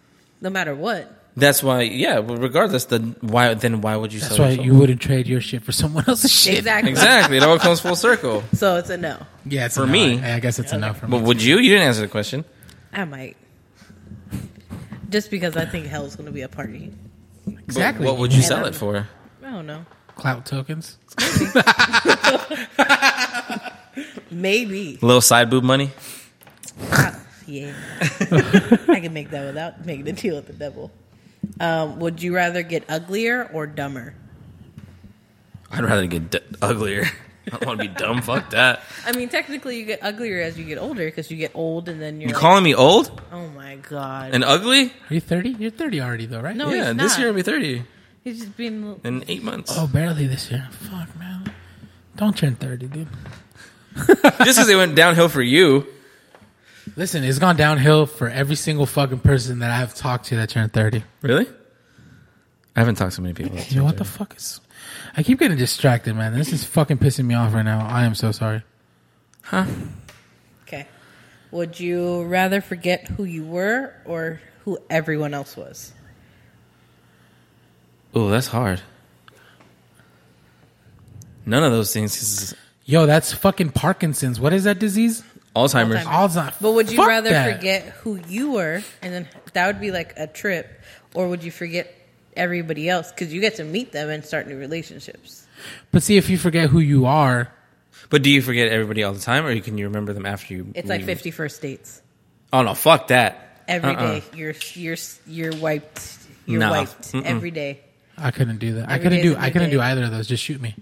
Speaker 4: no matter what.
Speaker 3: that's why. Yeah, well, regardless, the why then why would you?
Speaker 2: That's
Speaker 3: sell
Speaker 2: why
Speaker 3: your soul?
Speaker 2: you wouldn't trade your shit for someone else's shit.
Speaker 3: [laughs]
Speaker 4: Exactly.
Speaker 3: exactly. It all comes full circle.
Speaker 4: [laughs] So it's a no.
Speaker 2: Yeah, it's
Speaker 3: For
Speaker 2: enough.
Speaker 3: me-
Speaker 2: I, I guess it's enough for
Speaker 3: But
Speaker 2: me.
Speaker 3: would you? You didn't answer the question.
Speaker 4: I might. Just because I think hell's going to be a party.
Speaker 3: But
Speaker 2: Exactly.
Speaker 3: what would you
Speaker 4: And
Speaker 3: sell
Speaker 4: I'm-
Speaker 3: it for?
Speaker 4: I don't know.
Speaker 2: Clout tokens.
Speaker 4: Maybe.
Speaker 3: A little side boob money.
Speaker 4: Yeah. I can make that without making a deal with the devil. Um, would you rather get uglier or dumber?
Speaker 3: I'd rather get d- uglier. [laughs] I don't want to be dumb. Fuck that.
Speaker 4: I mean, technically, you get uglier as you get older because you get old and then you're.
Speaker 3: You
Speaker 4: like,
Speaker 3: calling me old
Speaker 4: oh my god.
Speaker 3: and ugly?
Speaker 2: Are you 30? You're 30 already, though, right?
Speaker 4: No.
Speaker 3: yeah,
Speaker 4: Oh, he's
Speaker 3: this
Speaker 4: not.
Speaker 3: year I'll be thirty
Speaker 4: He's just being.
Speaker 3: in eight months.
Speaker 2: Oh, barely this year. Fuck, man. Don't turn 30, dude.
Speaker 3: Just because it went downhill for you.
Speaker 2: Listen, it's gone downhill for every single fucking person that I've talked to that turned 30.
Speaker 3: Really? I haven't talked to many people.
Speaker 2: Yo, what the fuck is. I keep getting distracted, man. This is fucking pissing me off right now. I am so sorry.
Speaker 4: Okay. Would you rather forget who you were or who everyone else was?
Speaker 3: Oh, that's hard. None of those things. 'cause it's
Speaker 2: Yo, that's fucking Parkinson's. What is that disease?
Speaker 3: Alzheimer's.
Speaker 4: Alzheimer's.
Speaker 2: Alzheimer's.
Speaker 4: Um, But would you
Speaker 2: Fuck
Speaker 4: rather
Speaker 2: that.
Speaker 4: forget who you were, and then that would be like a trip, or would you forget everybody else because you get to meet them and start new relationships?
Speaker 2: But see, if you forget who you are,
Speaker 3: But do you forget everybody all the time, or you can you remember them after you?
Speaker 4: It's
Speaker 2: Mm.
Speaker 4: like
Speaker 3: leave?
Speaker 4: fifty first dates.
Speaker 3: Oh no, fuck that.
Speaker 4: Every
Speaker 3: Uh-uh.
Speaker 4: day. you're you're you're wiped. You're
Speaker 3: Nah.
Speaker 4: wiped
Speaker 3: Mm-mm.
Speaker 4: every day.
Speaker 2: I couldn't do that. I
Speaker 4: Every
Speaker 2: couldn't
Speaker 4: day's
Speaker 2: do.
Speaker 4: a
Speaker 2: I
Speaker 4: new
Speaker 2: couldn't
Speaker 4: day.
Speaker 2: do either of those. Just shoot me.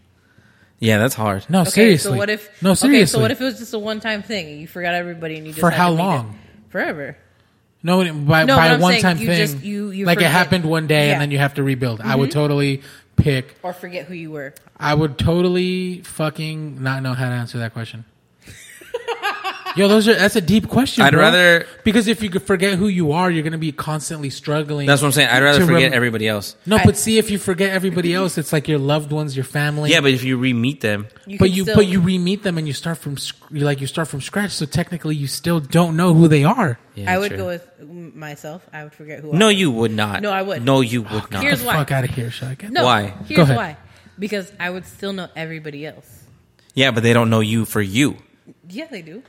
Speaker 3: Yeah, that's hard.
Speaker 2: No,
Speaker 4: Okay,
Speaker 2: seriously.
Speaker 4: so what if
Speaker 2: No, seriously.
Speaker 4: Okay, so what if it was just a one time thing and you forgot everybody and you just
Speaker 2: For
Speaker 4: had
Speaker 2: how
Speaker 4: to meet
Speaker 2: long?
Speaker 4: it? Forever.
Speaker 2: no, by,
Speaker 4: No, but
Speaker 2: by
Speaker 4: I'm
Speaker 2: one time
Speaker 4: saying
Speaker 2: thing,
Speaker 4: you just- you- you
Speaker 2: like it
Speaker 4: forget.
Speaker 2: happened one day
Speaker 4: Yeah. Mm-hmm.
Speaker 2: and then you have to rebuild. I would totally pick.
Speaker 4: Or forget who you were.
Speaker 2: I would totally fucking not know how to answer that
Speaker 4: [laughs]
Speaker 2: question. Yo, those are that's a deep question.
Speaker 3: I'd
Speaker 2: bro.
Speaker 3: rather-
Speaker 2: because if you could forget who you are, you're gonna be constantly struggling.
Speaker 3: That's what I'm saying. I'd rather
Speaker 2: To
Speaker 3: forget
Speaker 2: rem-
Speaker 3: everybody else.
Speaker 2: no,
Speaker 4: I-
Speaker 2: but see, if you forget everybody else, it's like your loved ones, your family.
Speaker 3: Yeah, but if you re-meet them,
Speaker 2: but
Speaker 4: can
Speaker 2: you
Speaker 4: still-
Speaker 2: but you re-meet them and you start from sc- you like you start from scratch so technically you still don't know who they are
Speaker 3: yeah,
Speaker 4: I would
Speaker 3: true.
Speaker 4: go with m- myself. I would forget who. I
Speaker 3: No,
Speaker 4: was.
Speaker 3: you would not.
Speaker 4: No, I would.
Speaker 3: No, you would not.
Speaker 4: Here's why.
Speaker 2: fuck out of here Shaq.
Speaker 4: No.
Speaker 3: Why?
Speaker 4: Here's
Speaker 2: Go ahead.
Speaker 4: why. Because I would still know everybody else.
Speaker 3: yeah, but they don't know you for you.
Speaker 4: Yeah, they do.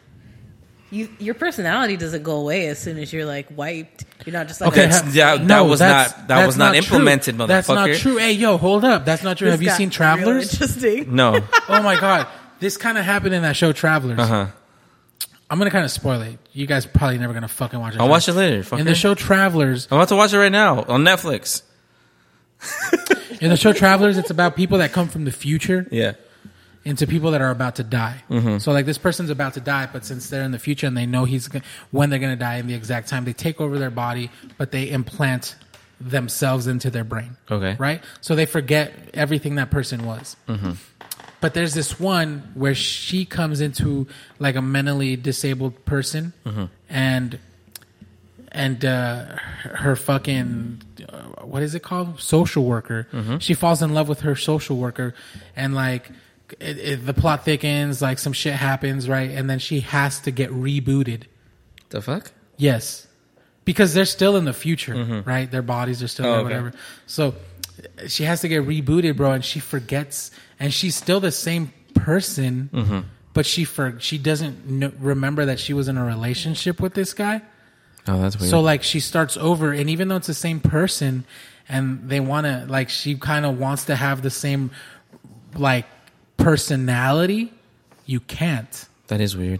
Speaker 4: You, your personality doesn't go away as soon as you're like wiped. You're not just like "Oh,
Speaker 3: Okay, [laughs]
Speaker 4: a-
Speaker 3: That's- that- that was not- that
Speaker 2: that's
Speaker 3: was not
Speaker 2: true.
Speaker 3: implemented,
Speaker 2: That's not
Speaker 3: motherfucker.
Speaker 2: true. Hey, yo, hold up. That's not true.
Speaker 4: This
Speaker 2: Have you
Speaker 4: got
Speaker 2: seen
Speaker 4: real
Speaker 2: [laughs] Travelers?
Speaker 3: [laughs]
Speaker 4: Interesting.
Speaker 3: No. Uh-huh.
Speaker 2: oh my god, this kind of happened in that show Travelers.
Speaker 3: Uh huh.
Speaker 2: I'm gonna kind of spoil it. You guys probably never gonna fucking watch it.
Speaker 3: I'll watch it later.
Speaker 2: In
Speaker 3: Fucker.
Speaker 2: the show Travelers,
Speaker 3: I'm about to watch it right now on Netflix.
Speaker 2: in the show Travelers, it's about people that come from the future
Speaker 3: Yeah.
Speaker 2: into people that are about to die. So like this person's about to die, but since they're in the future and they know he's g- when they're gonna die and the exact time, they take over their body, but they implant themselves into their brain.
Speaker 3: Okay.
Speaker 2: right? So they forget everything that person was. But there's this one where she comes into like a mentally disabled person, and and uh, her fucking uh, what is it called social worker she falls in love with her social worker and like it, it, the plot thickens like some shit happens right and then she has to get rebooted
Speaker 3: The fuck?
Speaker 2: Yes, because they're still in the future, right? Their bodies are still there,
Speaker 3: okay.
Speaker 2: whatever. So she has to get rebooted, bro, and she forgets, and she's still the same person, but she for she doesn't kn- remember that she was in a relationship with this guy.
Speaker 3: Oh, that's weird.
Speaker 2: So like she starts over, and even though it's the same person, and they want to like she kind of wants to have the same like personality, you can't.
Speaker 3: that is weird.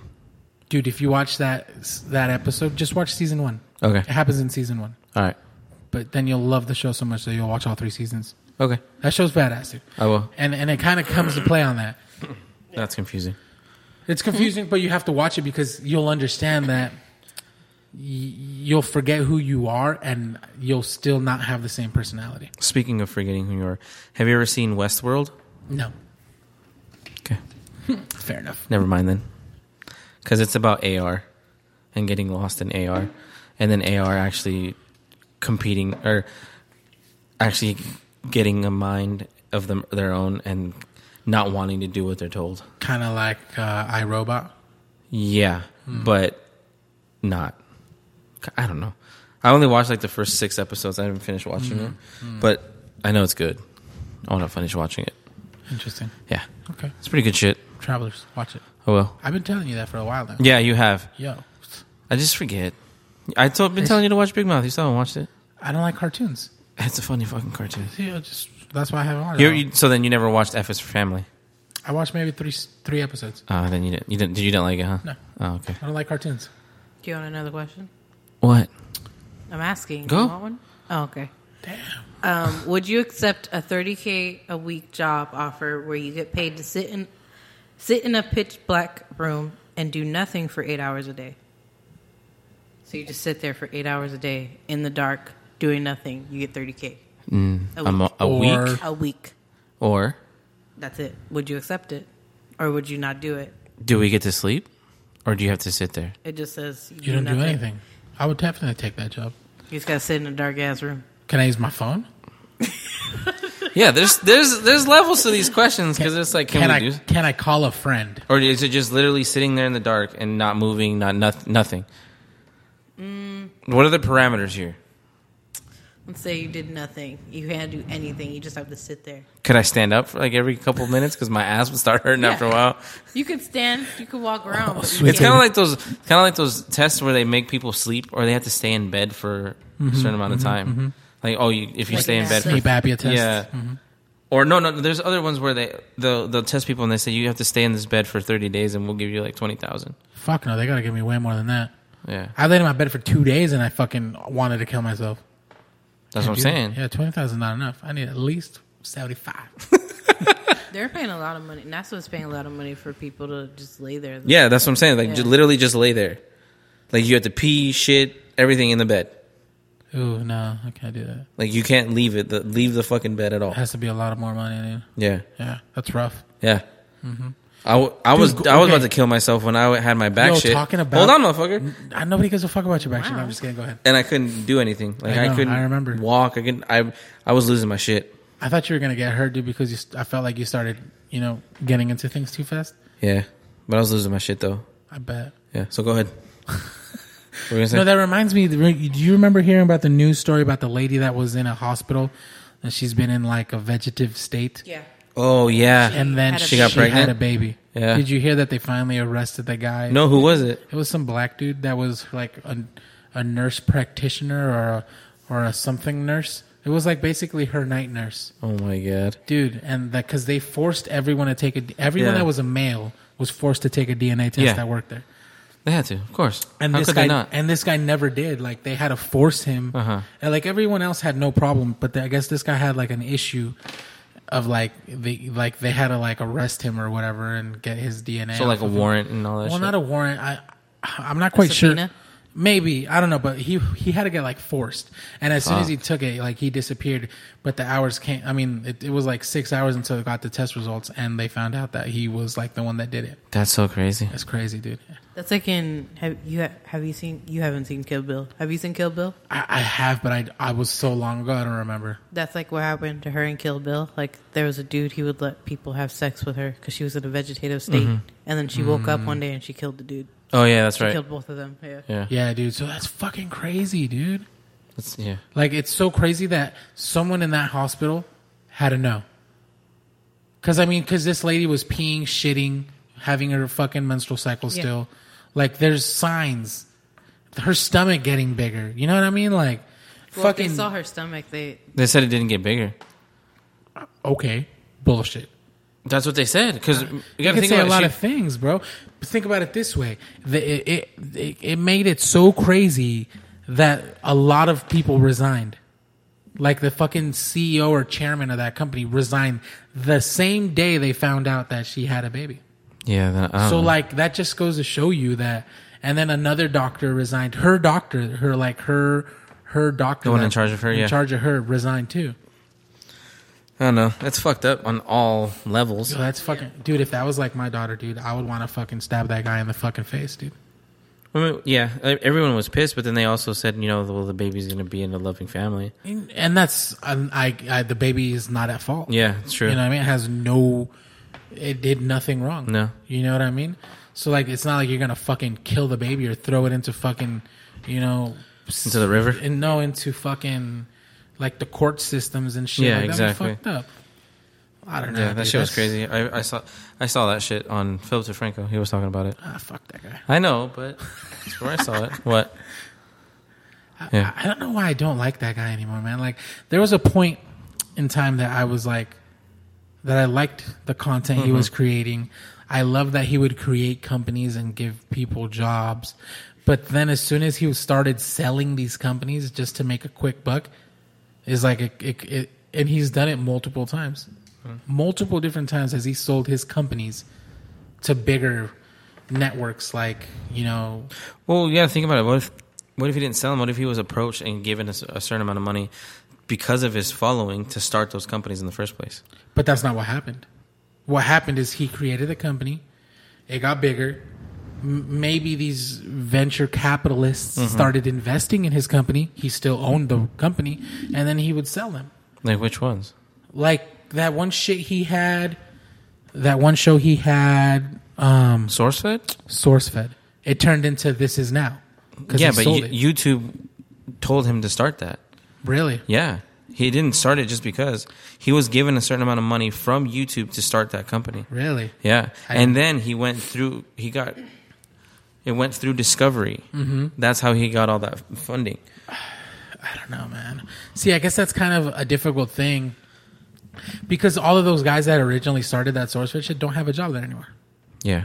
Speaker 2: Dude, if you watch that that episode, just watch season one.
Speaker 3: Okay.
Speaker 2: it happens in season one,
Speaker 3: All right.
Speaker 2: but then you'll love the show so much that you'll watch all three seasons.
Speaker 3: Okay.
Speaker 2: That show's badass, dude.
Speaker 3: I will.
Speaker 2: And and it kind of comes to play on that.
Speaker 3: That's confusing.
Speaker 2: It's confusing, but you have to watch it because you'll understand that y- you'll forget who you are and you'll still not have the same personality.
Speaker 3: Speaking of forgetting who you are, have you ever seen Westworld?
Speaker 2: No,
Speaker 3: Okay.
Speaker 2: fair enough.
Speaker 3: Never mind then. Because it's about AR and getting lost in AR. And then AR actually competing or actually getting a mind of them, their own and not wanting to do what they're told.
Speaker 2: Kind of like uh, iRobot.
Speaker 3: Yeah, but not. I don't know. I only watched like the first six episodes. I haven't finished watching it, but I know it's good. I want to finish watching it.
Speaker 2: Interesting.
Speaker 3: Yeah,
Speaker 2: Okay,
Speaker 3: it's pretty good shit.
Speaker 2: travelers, watch it.
Speaker 3: Oh well.
Speaker 2: I've been telling you that for a while now.
Speaker 3: Yeah, you have.
Speaker 2: Yo,
Speaker 3: I just forget. I told been telling you to watch Big Mouth. You still haven't watched it.
Speaker 2: I don't like cartoons.
Speaker 3: It's a funny fucking cartoon.
Speaker 2: See, I just that's why I haven't watched.
Speaker 3: You,
Speaker 2: it.
Speaker 3: you, so then you never watched F is for Family.
Speaker 2: I watched maybe three three episodes.
Speaker 3: Ah, then you didn't. You didn't. You didn't like it, huh?
Speaker 2: No.
Speaker 3: Oh, okay.
Speaker 2: I don't like cartoons.
Speaker 4: Do you want another question?
Speaker 3: What?
Speaker 4: I'm asking.
Speaker 3: Go.
Speaker 4: You want one? Oh, okay. Damn. Um, would you accept a 30k a week job offer where you get paid to sit in sit in a pitch black room and do nothing for eight hours a day? So you just sit there for eight hours a day in the dark doing nothing. You get 30k a
Speaker 3: Mm, I'm
Speaker 4: week.
Speaker 3: a, a
Speaker 2: Or-
Speaker 3: week
Speaker 4: a week.
Speaker 3: or
Speaker 4: That's it. Would you accept it, or would you not do it?
Speaker 3: do we get to sleep or do you have to sit there?
Speaker 4: It just says
Speaker 2: You don't do anything. I would definitely take that job.
Speaker 4: You just gotta sit in a dark ass room.
Speaker 2: Can I use my phone?
Speaker 3: Yeah, there's there's there's levels to these questions because it's like can,
Speaker 2: Can
Speaker 3: we
Speaker 2: I
Speaker 3: do
Speaker 2: can I call a friend?
Speaker 3: or is it just literally sitting there in the dark and not moving, not noth- nothing?
Speaker 4: Mm.
Speaker 3: What are the parameters here?
Speaker 4: Let's say you did nothing. You can't do anything. You just have to sit there.
Speaker 3: Could I stand up for like every couple of minutes because my ass would start hurting after a while?
Speaker 4: You could stand. You could walk
Speaker 2: [laughs]
Speaker 4: around. but you
Speaker 2: sweet.
Speaker 3: It's kind
Speaker 2: Yeah.
Speaker 3: of like those kind of like those tests where they make people sleep or they have to stay in bed for
Speaker 2: Mm-hmm.
Speaker 3: a certain amount of time. Like oh, you, if you
Speaker 4: Like
Speaker 3: stay in
Speaker 4: a
Speaker 3: bed, for,
Speaker 2: Sneak Abby a test.
Speaker 3: yeah.
Speaker 2: Mm-hmm.
Speaker 3: Or no, no. There's other ones where they they'll, they'll test people and they say you have to stay in this bed for 30 days and we'll give you like 20,000.
Speaker 2: Fuck no, they gotta give me way more than that.
Speaker 3: Yeah,
Speaker 2: I laid in my bed for two days and I fucking wanted to kill myself.
Speaker 3: that's what I'm
Speaker 2: Dude,
Speaker 3: saying.
Speaker 2: Yeah, twenty thousand not enough. I need at least seventy five.
Speaker 4: can't- They're paying a lot of money. NASA's paying a lot of money for people to just lay there.
Speaker 3: Yeah, that's what I'm saying. Like,
Speaker 4: Yeah.
Speaker 3: ju- literally just lay there. Like, you have to pee, shit, everything in the bed.
Speaker 2: Ooh, no, I can't do that.
Speaker 3: Like, you can't leave it, the, leave the fucking bed at all.
Speaker 2: It has to be a lot of more money, dude.
Speaker 3: Yeah,
Speaker 2: Yeah, that's rough.
Speaker 3: yeah. mm-hmm. I, w- I was
Speaker 2: Dude,
Speaker 3: I was
Speaker 2: okay.
Speaker 3: about to kill myself when I had my back
Speaker 2: Yo,
Speaker 3: shit.
Speaker 2: talking about-
Speaker 3: Hold on, motherfucker.
Speaker 2: I, nobody gives a fuck about your back shit.
Speaker 4: Wow.
Speaker 2: I'm just kidding. Go ahead.
Speaker 3: And I couldn't do anything. Like
Speaker 2: I
Speaker 3: I,
Speaker 2: know,
Speaker 3: couldn't.
Speaker 2: I remember.
Speaker 3: Walk. I couldn't. I I was losing my shit.
Speaker 2: I thought you were gonna get hurt, dude, because you, st- I felt like you started, you know, getting into things too fast.
Speaker 3: Yeah, but I was losing my shit though.
Speaker 2: I bet.
Speaker 3: Yeah. So go [laughs] ahead. What were you gonna say?
Speaker 2: No, that reminds me. Do you remember hearing about the news story about the lady that was in a hospital and she's been in like a vegetative state?
Speaker 4: Yeah.
Speaker 3: oh yeah.
Speaker 2: And then
Speaker 4: Had a
Speaker 2: she,
Speaker 4: baby.
Speaker 2: got
Speaker 3: She got
Speaker 2: pregnant. had a
Speaker 3: pregnant?
Speaker 2: baby.
Speaker 3: Yeah.
Speaker 2: Did you hear that they finally arrested the guy?
Speaker 3: no, who was it?
Speaker 2: It was some black dude that was like a, a nurse practitioner or a, or a something nurse. It was like basically her night nurse,
Speaker 3: Oh my god.
Speaker 2: dude. And that because they forced everyone to take a everyone
Speaker 3: Yeah.
Speaker 2: that was a male was forced to take a DNA test
Speaker 3: Yeah.
Speaker 2: that worked there.
Speaker 3: They had to, of course.
Speaker 2: And
Speaker 3: How
Speaker 2: this
Speaker 3: could
Speaker 2: guy
Speaker 3: they not?
Speaker 2: and this guy never did. Like they had to force him.
Speaker 3: Uh-huh.
Speaker 2: And like everyone else had no problem, but the, I guess this guy had like an issue of like they like they had to like arrest him or whatever and get his DNA.
Speaker 3: so like
Speaker 2: off
Speaker 3: a
Speaker 2: of him.
Speaker 3: warrant and all that.
Speaker 2: Well,
Speaker 3: shit.
Speaker 2: not a warrant. I I'm not quite sure.
Speaker 4: subpoena?
Speaker 2: Maybe I don't know, but he he had to get like forced, and as soon as
Speaker 3: Fuck.
Speaker 2: he took it, like he disappeared. But the hours came. I mean, it, it was like six hours until they got the test results, and they found out that he was like the one that did it.
Speaker 3: That's so crazy.
Speaker 2: That's crazy, dude.
Speaker 4: That's like in have you ha- have you seen you haven't seen Kill Bill? Have you seen Kill Bill?
Speaker 2: I, I have, but I I was so long ago, I don't remember.
Speaker 4: That's like what happened to her in Kill Bill. Like there was a dude he would let people have sex with her because she was in a vegetative state, and then she woke up one day and she killed the dude.
Speaker 3: Oh yeah, that's
Speaker 4: She
Speaker 3: Mm-hmm. Mm. right.
Speaker 4: killed both of them. Yeah.
Speaker 3: Yeah,
Speaker 2: Yeah, dude. So that's fucking crazy, dude.
Speaker 3: That's, yeah.
Speaker 2: Like it's so crazy that someone in that hospital had to know. Cause I mean, cause this lady was peeing, shitting, having her fucking menstrual cycle
Speaker 4: Yeah.
Speaker 2: still. Like there's signs. Her stomach getting bigger. You know what I mean? Like
Speaker 4: Well, if
Speaker 2: fucking
Speaker 4: they saw her stomach. They
Speaker 3: They said it didn't get bigger.
Speaker 2: Okay. Bullshit.
Speaker 3: That's what they said. Because you
Speaker 2: Uh, You
Speaker 3: gotta
Speaker 2: can
Speaker 3: think
Speaker 2: say
Speaker 3: about
Speaker 2: a
Speaker 3: it.
Speaker 2: lot
Speaker 3: She-
Speaker 2: of things, bro. But think about it this way: the, it, it- it it made it so crazy that a lot of people resigned. Like the fucking CEO or chairman of that company resigned the same day they found out that she had a baby.
Speaker 3: yeah. Then, I don't
Speaker 2: So
Speaker 3: know.
Speaker 2: like that just goes to show you that. And then another doctor resigned. Her doctor, her like her her doctor,
Speaker 3: The one in
Speaker 2: that-
Speaker 3: charge of her,
Speaker 2: in
Speaker 3: yeah.
Speaker 2: charge of her, resigned too.
Speaker 3: I don't know. That's fucked up on all levels.
Speaker 2: Yo, that's fucking dude. If that was like my daughter, dude, I would want to fucking stab that guy in the fucking face, dude.
Speaker 3: I mean, yeah, e- everyone was pissed, but then they also said, you know, well, the baby's gonna be in a loving family.
Speaker 2: and that's um, I, I the baby is not at fault.
Speaker 3: Yeah, it's true.
Speaker 2: you know what I mean. It has no, it did nothing wrong.
Speaker 3: No.
Speaker 2: you know what I mean. So like, it's not like you're gonna fucking kill the baby or throw it into fucking, you know, s-
Speaker 3: Into the river?
Speaker 2: And no, into fucking like the court systems and shit.
Speaker 3: Yeah,
Speaker 2: like, that'd be
Speaker 3: exactly.
Speaker 2: fucked up. I don't know.
Speaker 3: yeah, that
Speaker 2: dude.
Speaker 3: shit
Speaker 2: That's-
Speaker 3: was crazy. I, I saw, I saw that shit on Philip DeFranco. He was talking about it.
Speaker 2: Ah, fuck that guy.
Speaker 3: I know, but [laughs] that's where I saw it. What? Yeah.
Speaker 2: I don't know why I don't like that guy anymore, man. Like there was a point in time that I was like that I liked the content he was creating. I love that he would create companies and give people jobs. But then as soon as he started selling these companies just to make a quick buck, is like it, it, it and he's done it multiple times. Multiple different times has he sold his companies to bigger networks like, you know,
Speaker 3: Well, yeah. Think about it. What if, what if he didn't sell him? What if he was approached and given a, s- a certain amount of money because of his following to start those companies in the first place?
Speaker 2: But that's not what happened. What happened is he created the company, it got bigger. M- maybe these venture capitalists
Speaker 3: Mm-hmm.
Speaker 2: started investing in his company. He still owned the company, and then he would sell them.
Speaker 3: Like which ones?
Speaker 2: Like that one shit he had, that one show he had, um,
Speaker 3: SourceFed?
Speaker 2: SourceFed. It turned into This Is Now. 'cause
Speaker 3: Yeah,
Speaker 2: he
Speaker 3: but
Speaker 2: sold
Speaker 3: you-
Speaker 2: it.
Speaker 3: YouTube told him to start that.
Speaker 2: really,
Speaker 3: Yeah. He didn't start it just because he was given a certain amount of money from YouTube to start that company.
Speaker 2: really,
Speaker 3: Yeah.
Speaker 2: I-
Speaker 3: and then he went through, he got, it went through Discovery. Mm-hmm. That's how he got all that funding.
Speaker 2: I don't know, man. See, I guess that's kind of a difficult thing because all of those guys that originally started that SourceFed shit don't have a job there anymore.
Speaker 3: Yeah.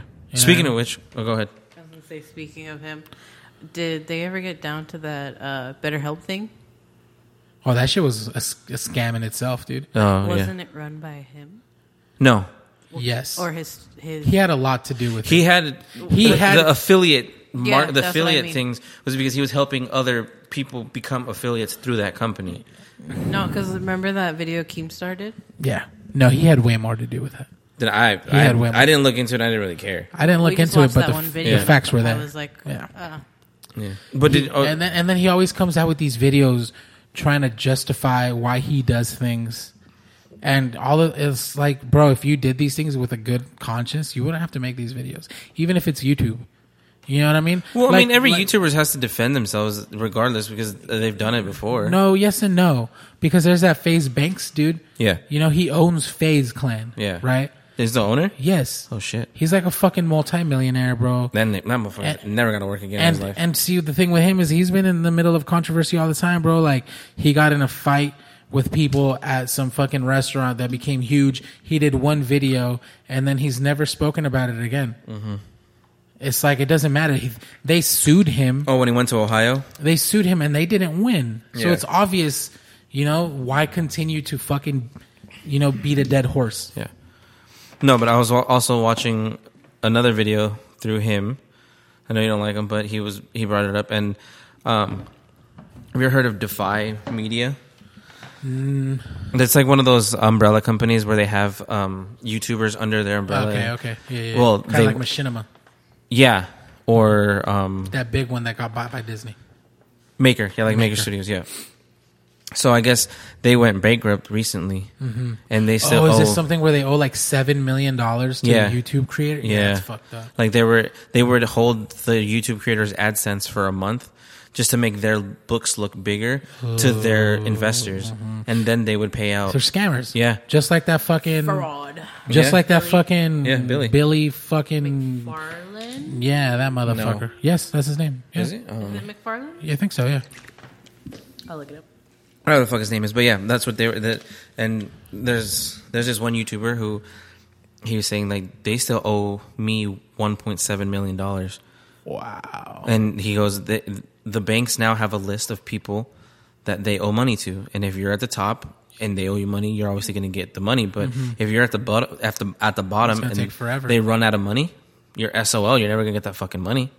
Speaker 2: Yeah.
Speaker 3: Speaking of which, oh, go ahead.
Speaker 4: I was gonna say. Speaking of him, did they ever get down to that uh, BetterHelp thing?
Speaker 2: Oh, that shit was a, s- a scam in itself, dude.
Speaker 3: Oh,
Speaker 4: Wasn't
Speaker 3: yeah.
Speaker 4: it run by him
Speaker 3: No.
Speaker 2: yes,
Speaker 4: or his his?
Speaker 2: he had a lot to do with it.
Speaker 3: He had,
Speaker 2: He
Speaker 3: the,
Speaker 2: had-
Speaker 3: the affiliate, mar-
Speaker 4: Yeah, that's what
Speaker 3: the
Speaker 4: I
Speaker 3: affiliate
Speaker 4: mean.
Speaker 3: things was because he was helping other people become affiliates through that company.
Speaker 4: No, because remember that video Keemstar did.
Speaker 2: Yeah, no, he had way more to do with it.
Speaker 3: Then I, I,
Speaker 2: had women.
Speaker 3: I didn't look into it. I didn't really care.
Speaker 2: I didn't
Speaker 4: We
Speaker 2: look
Speaker 4: just
Speaker 2: into it,
Speaker 4: watched
Speaker 2: but
Speaker 4: that
Speaker 2: the,
Speaker 4: one
Speaker 2: f-
Speaker 4: video.
Speaker 2: the facts were there.
Speaker 4: I was like,
Speaker 2: yeah.
Speaker 4: uh,
Speaker 3: Yeah. But did, oh,
Speaker 2: and then and then he always comes out with these videos trying to justify why he does things. And all of it's like, bro, if you did these things with a good conscience, you wouldn't have to make these videos, even if it's YouTube. You know what I mean?
Speaker 3: Well, I
Speaker 2: Like-
Speaker 3: mean, every
Speaker 2: like-
Speaker 3: YouTuber has to defend themselves regardless because they've done it before.
Speaker 2: No, yes and no, because there's that FaZe Banks dude.
Speaker 3: Yeah.
Speaker 2: you know he owns FaZe Clan.
Speaker 3: Yeah.
Speaker 2: right.
Speaker 3: Is the owner?
Speaker 2: Yes.
Speaker 3: Oh, shit.
Speaker 2: He's like a fucking multimillionaire, bro.
Speaker 3: Then that motherfucker
Speaker 2: And-
Speaker 3: never got to work again in
Speaker 2: and
Speaker 3: his life.
Speaker 2: and see the thing with him is he's been in the middle of controversy all the time, bro. Like he got in a fight with people at some fucking restaurant that became
Speaker 3: Mm-hmm.
Speaker 2: huge. He did one video and then he's never spoken about it again. It's like it doesn't matter. He, they sued him.
Speaker 3: Oh, when he went to Ohio?
Speaker 2: They sued him, and they didn't win. So
Speaker 3: Yeah.
Speaker 2: it's obvious, you know, why continue to fucking, you know, beat a dead horse?
Speaker 3: Yeah. No, but I was wa- also watching another video through him. I know you don't like him, but he was he brought it up. And um, have you ever heard of Defy Media?
Speaker 2: Mm.
Speaker 3: It's like one of those umbrella companies where they have um, YouTubers under their umbrella.
Speaker 2: Okay, okay, yeah, yeah.
Speaker 3: Well,
Speaker 2: kind
Speaker 3: they-
Speaker 2: of like Machinima,
Speaker 3: Yeah, or um,
Speaker 2: that big one that got bought by Disney.
Speaker 3: Maker. Yeah, like Maker.
Speaker 2: Maker.
Speaker 3: Studios. Yeah. So I guess they went bankrupt recently, and they still
Speaker 2: oh, is
Speaker 3: owe-
Speaker 2: this something where they owe like seven million dollars to
Speaker 3: Yeah.
Speaker 2: a YouTube creator?
Speaker 3: Yeah,
Speaker 2: that's fucked up.
Speaker 3: Like they were they were to hold the YouTube creators AdSense for a month just to make their books look bigger to their
Speaker 2: Oh.
Speaker 3: investors,
Speaker 2: Mm-hmm.
Speaker 3: and then they would pay out.
Speaker 2: They're scammers.
Speaker 3: Yeah.
Speaker 2: just like that fucking,
Speaker 4: Fraud.
Speaker 2: just
Speaker 3: Yeah.
Speaker 2: like that fucking
Speaker 3: Yeah, Billy.
Speaker 2: Billy fucking
Speaker 4: McFarlane?
Speaker 2: yeah, that motherfucker. Yes, that's his name. Yeah.
Speaker 3: Is it? Oh. I don't know.
Speaker 4: Is it McFarlane?
Speaker 2: Yeah, I think so. Yeah,
Speaker 4: I'll look it up.
Speaker 3: I don't know the fuck his name is, but yeah, that's what they were. That, and there's there's this one YouTuber who he was saying like they still owe me 1.7 million dollars. Wow. And he goes, the, the banks now have a list of people that they owe money to, and if you're at the top and they owe you money, you're obviously going to get the money. But if you're at the bottom, at the at the bottom,
Speaker 2: Mm-hmm. gonna take
Speaker 3: and
Speaker 2: forever.
Speaker 3: they run out of money, you're SOL. You're never going to get that fucking money.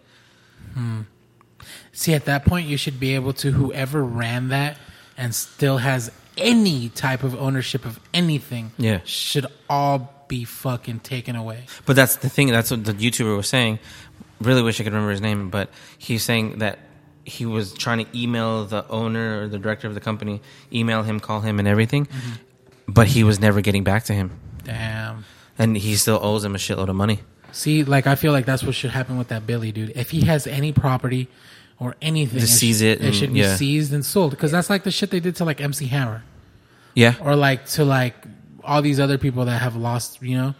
Speaker 2: See, at that point, you should be able to whoever ran that and still has any type of ownership of anything.
Speaker 3: Yeah.
Speaker 2: should all be fucking taken away.
Speaker 3: But that's the thing. That's what the YouTuber was saying. Really wish I could remember his name, but he's saying that he was trying to email the owner or the director of the company, email him, call him, and everything.
Speaker 2: Mm-hmm.
Speaker 3: But he was never getting back to him,
Speaker 2: Damn.
Speaker 3: and he still owes him a shitload of money.
Speaker 2: See, like I feel like that's what should happen with that Billy dude. If he has any property or anything,
Speaker 3: Just seize
Speaker 2: should,
Speaker 3: it and-
Speaker 2: should
Speaker 3: yeah.
Speaker 2: be seized and sold because that's like the shit they did to like MC Hammer
Speaker 3: Yeah,
Speaker 2: or like to like all these other people that have lost. You know,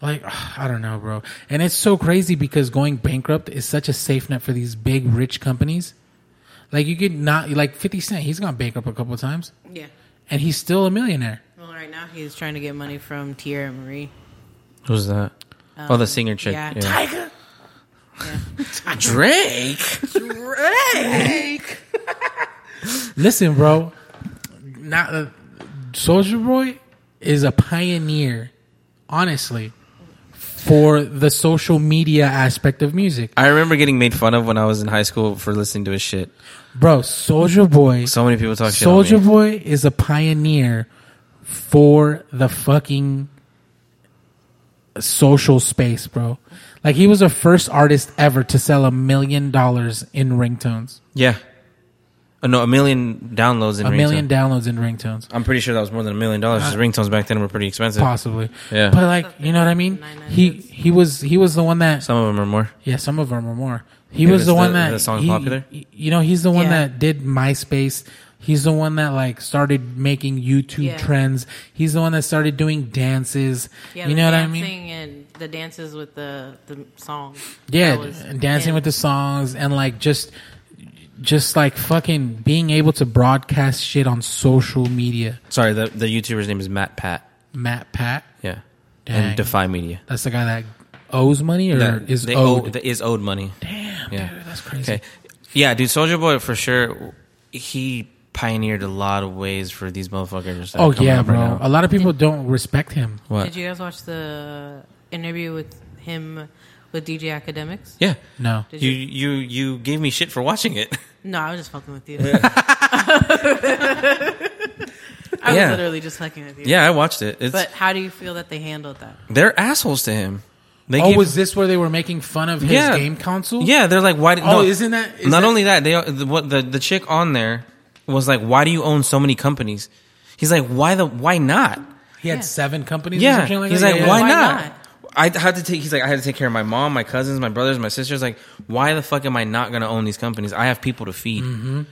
Speaker 2: like [sighs] ugh, I don't know, bro. And it's so crazy because going bankrupt is such a safe net for these big rich companies. Like you could not like Fifty Cent, he's gone bankrupt a couple of times,
Speaker 4: Yeah.
Speaker 2: and he's still a millionaire.
Speaker 4: Well, right now he's trying to get money from Tierra Marie.
Speaker 3: who's that? oh, the singer chick.
Speaker 4: Um, yeah.
Speaker 2: Tiger. [laughs]
Speaker 3: Drake.
Speaker 4: Drake!
Speaker 2: Listen, bro. Not uh, Soldier Boy is a pioneer, honestly, for the social media aspect of music,
Speaker 3: I remember getting made fun of when I was in high school for listening to his shit.
Speaker 2: bro. Soldier Boy,
Speaker 3: So many people talk shit. on
Speaker 2: Soldier
Speaker 3: me.
Speaker 2: Boy is a pioneer for the fucking social space, bro. Like he was the first artist ever to sell a million dollars in ringtones,
Speaker 3: Yeah. Oh, no, a million downloads in
Speaker 2: a million Uh,
Speaker 3: ringtone.
Speaker 2: downloads in ringtones.
Speaker 3: I'm pretty sure that was more than a million dollars. 'cause Ringtones back then were pretty expensive.
Speaker 2: possibly.
Speaker 3: Yeah.
Speaker 2: But like, you know what I mean? He he was he was the one that
Speaker 3: Some of them are more.
Speaker 2: yeah, some of them are more. He
Speaker 3: Yeah,
Speaker 2: was
Speaker 3: that's
Speaker 2: the one
Speaker 3: the-
Speaker 2: that
Speaker 3: the song
Speaker 2: he-
Speaker 3: popular?
Speaker 2: y- You know, he's the one
Speaker 4: Yeah.
Speaker 2: that did MySpace. He's the one that like started making YouTube
Speaker 4: Yeah.
Speaker 2: trends. He's the one that started doing dances. you know what I mean?
Speaker 4: And the dances with the, the song.
Speaker 2: Yeah, dancing with the songs and like just just like fucking being able to broadcast shit on social media.
Speaker 3: Sorry, the, the YouTuber's name is Matt Pat.
Speaker 2: Matt Pat,
Speaker 3: Yeah.
Speaker 2: Dang.
Speaker 3: And Defy Media.
Speaker 2: that's the guy that owes money or
Speaker 3: That-
Speaker 2: is
Speaker 3: they
Speaker 2: owed.
Speaker 3: Owe, that is owed money.
Speaker 2: Damn,
Speaker 3: Yeah.
Speaker 2: dude, that's crazy.
Speaker 3: Okay. Yeah, dude, Soldier Boy for sure. He pioneered a lot of ways for these motherfuckers. that are
Speaker 2: Oh
Speaker 3: coming
Speaker 2: yeah,
Speaker 3: up right
Speaker 2: bro.
Speaker 3: now.
Speaker 2: a lot of people don't respect him.
Speaker 3: what?
Speaker 4: Did you guys watch the interview with him with DJ Academics?
Speaker 3: yeah.
Speaker 2: No,
Speaker 4: Did
Speaker 3: You you you gave me shit for watching [laughs] it.
Speaker 4: No, I was just fucking with you. [laughs] I
Speaker 3: Yeah.
Speaker 4: was literally just fucking with you.
Speaker 3: yeah, I watched it. It's
Speaker 4: But how do you feel that they handled that?
Speaker 3: they're assholes to him. They
Speaker 2: oh,
Speaker 3: gave-
Speaker 2: was this where they were making fun of his
Speaker 3: Yeah.
Speaker 2: game console?
Speaker 3: Yeah, they're like, why? Did,
Speaker 2: Oh, isn't that- is
Speaker 3: not
Speaker 2: that-
Speaker 3: only that? They the, what the the chick on there was like, why do you own so many companies? He's like, why the why not?
Speaker 2: he had seven companies. or
Speaker 3: Yeah,
Speaker 2: something like
Speaker 3: he's
Speaker 2: that?
Speaker 3: like,
Speaker 2: Yeah,
Speaker 3: why,
Speaker 2: yeah.
Speaker 4: Why
Speaker 3: not?
Speaker 4: not?
Speaker 3: I had to take. He's like, I had to take care of my mom, my cousins, my brothers, my sisters. Like, why the fuck am I not gonna own these companies? I have people to feed.
Speaker 2: Mm-hmm.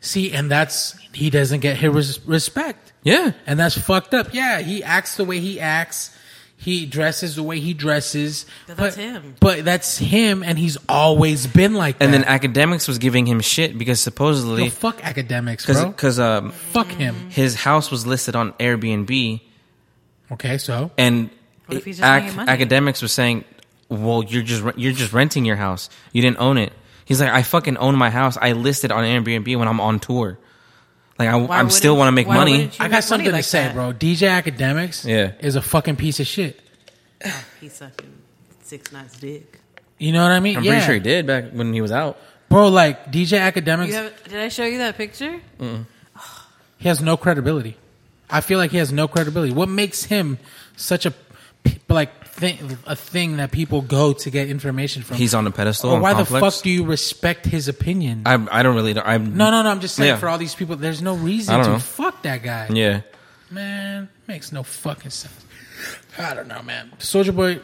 Speaker 2: See, and that's he doesn't get his res- respect,
Speaker 3: Yeah,
Speaker 2: and that's fucked up. Yeah, he acts the way he acts. He dresses the way he dresses.
Speaker 4: But that's
Speaker 2: but,
Speaker 4: him.
Speaker 2: But that's him, and he's always been like that.
Speaker 3: and then academics was giving him shit because
Speaker 2: No,
Speaker 3: supposedly
Speaker 2: fuck academics,
Speaker 3: because
Speaker 2: bro.
Speaker 3: because um
Speaker 2: Fuck him.
Speaker 3: his house was listed on Airbnb
Speaker 2: Okay, so
Speaker 3: and
Speaker 4: Mm-hmm. What if he's just
Speaker 3: ac-
Speaker 4: making money?
Speaker 3: academics was saying well, you're just re- you're just renting your house. You didn't own it. He's like, I fucking own my house. I listed on Airbnb when I'm on tour. Like I, I'm
Speaker 4: wouldn't-
Speaker 3: still want to make
Speaker 4: why
Speaker 3: money.
Speaker 4: wouldn't you
Speaker 2: I
Speaker 4: make money
Speaker 2: got something to
Speaker 4: like
Speaker 2: say,
Speaker 4: that?
Speaker 2: bro. DJ Academics
Speaker 3: Yeah.
Speaker 2: is a fucking piece of shit.
Speaker 4: Oh,
Speaker 1: He sucking six knots dick.
Speaker 2: You know what I mean?
Speaker 3: I'm
Speaker 2: yeah.
Speaker 3: pretty sure he did back when he was out.
Speaker 2: Bro, like DJ Academics,
Speaker 1: You have, did I show you that picture?
Speaker 2: he has no credibility. I feel like he has no credibility. What makes him such a p- like thing, a thing that people go to get information from?
Speaker 3: He's on a pedestal.
Speaker 2: Or
Speaker 3: on
Speaker 2: why the
Speaker 3: Complex.
Speaker 2: fuck do you respect his opinion?
Speaker 3: I I don't really. I'm
Speaker 2: no, no, no. I'm just saying
Speaker 3: Yeah.
Speaker 2: for all these people, there's no
Speaker 3: I
Speaker 2: reason
Speaker 3: don't
Speaker 2: to
Speaker 3: know.
Speaker 2: fuck that guy.
Speaker 3: Yeah.
Speaker 2: Man, makes no fucking sense. I don't know, man. Soldier Boy,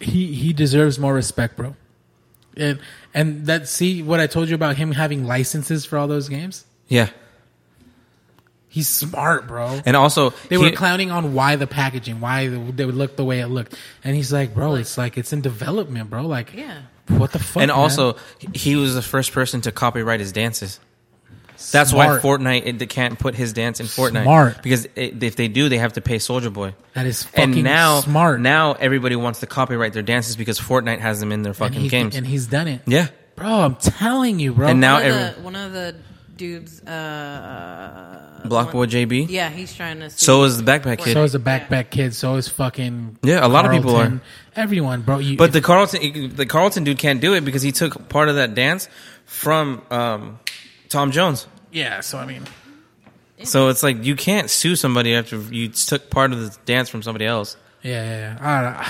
Speaker 2: he he deserves more respect, bro. And and that see what I told you about him having licenses for all those games.
Speaker 3: Yeah.
Speaker 2: He's smart, bro.
Speaker 3: And also
Speaker 2: They
Speaker 3: he-
Speaker 2: were clowning on why the packaging, why they would look the way it looked, and he's like, "Bro, it's like it's in development, bro. Like,
Speaker 1: Yeah.
Speaker 2: what the fuck?"
Speaker 3: and
Speaker 2: man?
Speaker 3: also he was the first person to copyright his dances. That's
Speaker 2: Smart.
Speaker 3: why Fortnite it, they can't put his dance in Fortnite
Speaker 2: Smart.
Speaker 3: because it, if they do, they have to pay Soldier Boy.
Speaker 2: that is fucking
Speaker 3: And now,
Speaker 2: smart.
Speaker 3: now everybody wants to copyright their dances because Fortnite has them in their
Speaker 2: and,
Speaker 3: fucking
Speaker 2: he-
Speaker 3: games.
Speaker 2: and he's done it,
Speaker 3: yeah,
Speaker 2: bro. I'm telling you, bro.
Speaker 3: and now
Speaker 1: One of,
Speaker 3: every,
Speaker 1: the, one of the dudes. Uh,
Speaker 3: Blockboy
Speaker 1: one-
Speaker 3: JB.
Speaker 1: Yeah, he's trying to. Sue
Speaker 3: So is the Backpack Kid.
Speaker 2: so is the backpack kid. So is fucking
Speaker 3: Yeah, a lot of people
Speaker 2: Carlton.
Speaker 3: are.
Speaker 2: everyone, bro. You,
Speaker 3: But the Carlton, the Carlton dude can't do it because he took part of that dance from um, Tom Jones.
Speaker 2: yeah. So I mean,
Speaker 3: So it's like you can't sue somebody after you took part of the dance from somebody else.
Speaker 2: yeah, yeah. yeah. I [sighs] don't,